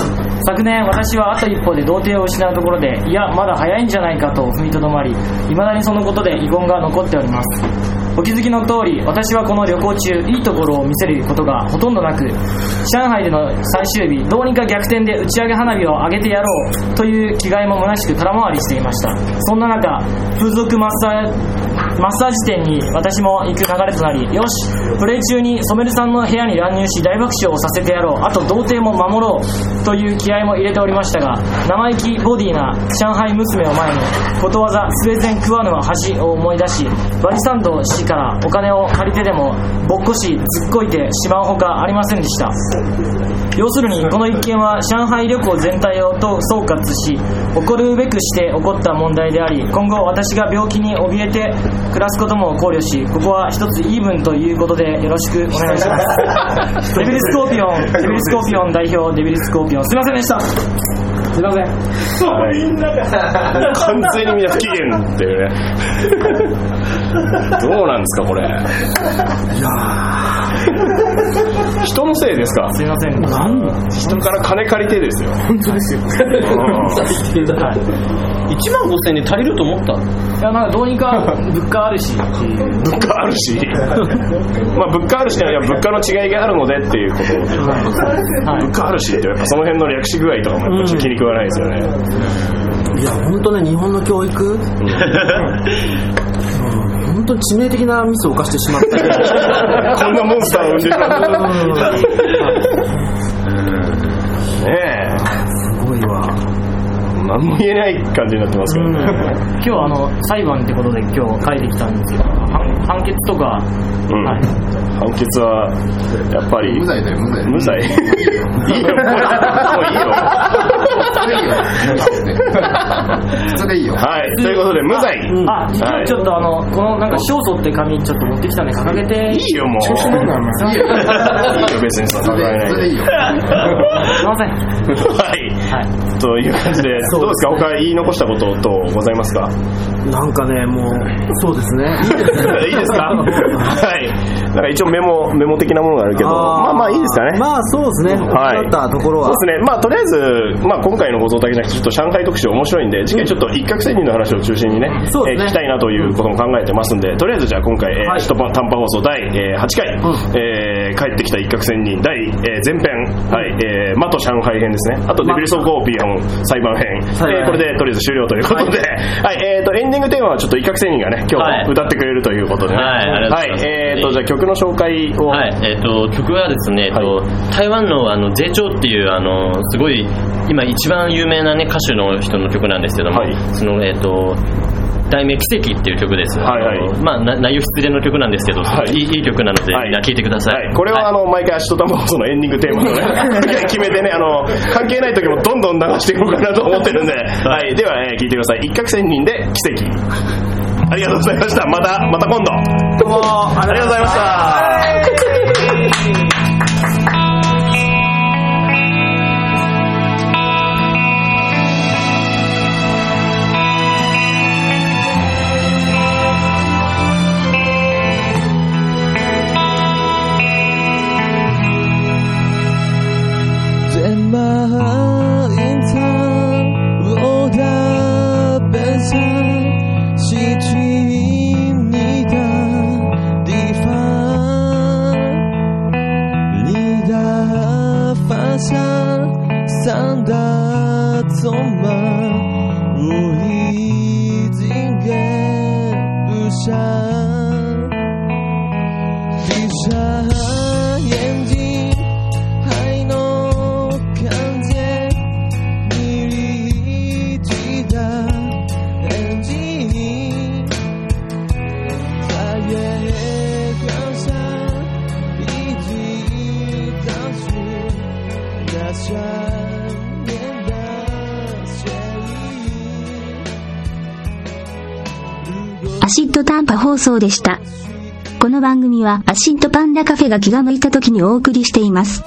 Speaker 3: 昨年私はあと一歩で童貞を失うところでいやまだ早いんじゃないかと踏みとどまり未だにそのことで遺言が残っておりますお気づきの通り私はこの旅行中いいところを見せることがほとんどなく上海での最終日どうにか逆転で打ち上げ花火を上げてやろうという気概も虚しく空回りしていましたそんな中風俗マッサーマッサージ店に私も行く流れとなりよしプレイ中にソメルさんの部屋に乱入し大爆笑をさせてやろうあと童貞も守ろうという気合も入れておりましたが生意気ボディな上海娘を前にことわざ「スウェーデン食わぬは恥」を思い出しバリサンド氏からお金を借りてでもぼっこしずっこいてしまうほかありませんでした要するにこの一件は上海旅行全体をと総括し起こるべくして起こった問題であり今後私が病気に怯えて暮らすことも考慮しここは一つイーブンということでよろしくお願いします デビルスコーピオンデビルスコーピオン代表デビルスコーピオンすいませんでしたすいません
Speaker 2: はい、完全にみんな不機嫌っていうね どうなんですかこれいやー人のせいですか
Speaker 3: すいません
Speaker 2: 人から金借りてですよ
Speaker 10: 本当ですよ。
Speaker 11: 1万5000円で足りると思った
Speaker 3: いやなんかどうにか物価あるし
Speaker 2: 物価あるしまあ物価あるしねいや物価の違いがあるのでっていうことで物価あるしってやっぱその辺の略し具合とかもやっぱ気に食わないですよね、
Speaker 12: いや本当ね日本の教育、うん、本当致命的なミスを犯してしまった
Speaker 2: こんなモンスターを産んでしまったねえ
Speaker 12: すごいわ
Speaker 2: 何も言えない感じになってますけどね、
Speaker 3: 今日あの裁判ってことで今日書いてきたんですけど判判決とか
Speaker 2: うん
Speaker 3: はい
Speaker 2: 判決はやっぱり
Speaker 4: 無罪だよ無罪
Speaker 2: 無罪いいよ
Speaker 4: それいいよ
Speaker 2: はいということで無罪、
Speaker 3: あ実
Speaker 2: は
Speaker 3: はいちょっとあのこのなんか勝訴って紙ちょっと持ってきたんで掲げて
Speaker 2: いい よもう
Speaker 10: 調子乗んなお前
Speaker 4: いい
Speaker 2: い
Speaker 4: よ
Speaker 2: いよ別にそんな考
Speaker 4: そ
Speaker 2: えない
Speaker 4: れそれい
Speaker 2: で
Speaker 4: いよ
Speaker 3: すいませんは
Speaker 2: はい
Speaker 3: い
Speaker 2: という感じでどうですか他言い残したこと等ございますか
Speaker 12: なんかねもうそうですねいいです ね
Speaker 2: いいですかはいなんか一応メモメモ的なものがあるけどまあまあいいですかね
Speaker 12: まあそうですね、
Speaker 2: はい
Speaker 12: だったところは
Speaker 2: そうですね、まあ、とりあえず、まあ、今回の放送だけじゃなくて、ちょっと上海特集面白いんで、次回ちょっと一攫千人の話を中心にね、
Speaker 12: そうですね
Speaker 2: えー聞きたいなということも考えてますんで、とりあえずじゃあ今回、えー
Speaker 12: はい
Speaker 2: 首都パン短波放送第、えー8回、えー帰ってきた一攫千人第、えー前編、はい、えー、マと上海編ですね、あとデビルソーコーピオン裁判編、
Speaker 12: はい
Speaker 2: えーこれでとりあえず終了ということで、 はい、えーと、エンディングテーマはちょっと一攫千人がね、今
Speaker 7: はい
Speaker 2: 日歌ってくれるということでね、
Speaker 7: はいありがとうございます
Speaker 2: はいえーと、じゃあ曲の紹介を、
Speaker 7: はい、えっ、と、曲はですね、えっと台湾のあの、税調っていう、あの、すごい、今一番有名なね、歌手の人の曲なんですけども、
Speaker 2: はい
Speaker 7: その、えっ、と、題名奇跡っていう曲です。
Speaker 2: はいはい
Speaker 7: あのまあ、な内容失礼の曲なんですけど、
Speaker 2: はい
Speaker 7: いい、いい曲なので、
Speaker 2: はい
Speaker 7: みんな聴いてください。
Speaker 2: はい、これはあ
Speaker 7: い
Speaker 2: の、毎回足と玉放送のエンディングテーマの ね、決めてね、あの、関係ない時もどんどん流していこうかなと思ってるんで、はい、では、えー聞いてください。一攫千人で奇跡。ありがとうございました。また、また今度。どうも、ありがとうございました。
Speaker 6: Den Mahalintan Roda Bensan Situimida Difan Lida Fasan Sanda Zomba Uidingen Bushan 闭上眼睛，还能看见你立体的眼睛，在月光下一起倒去那想念的血液。
Speaker 1: アシッド短波放送でした。この番組はアシッドパンダカフェが気が向いた時にお送りしています。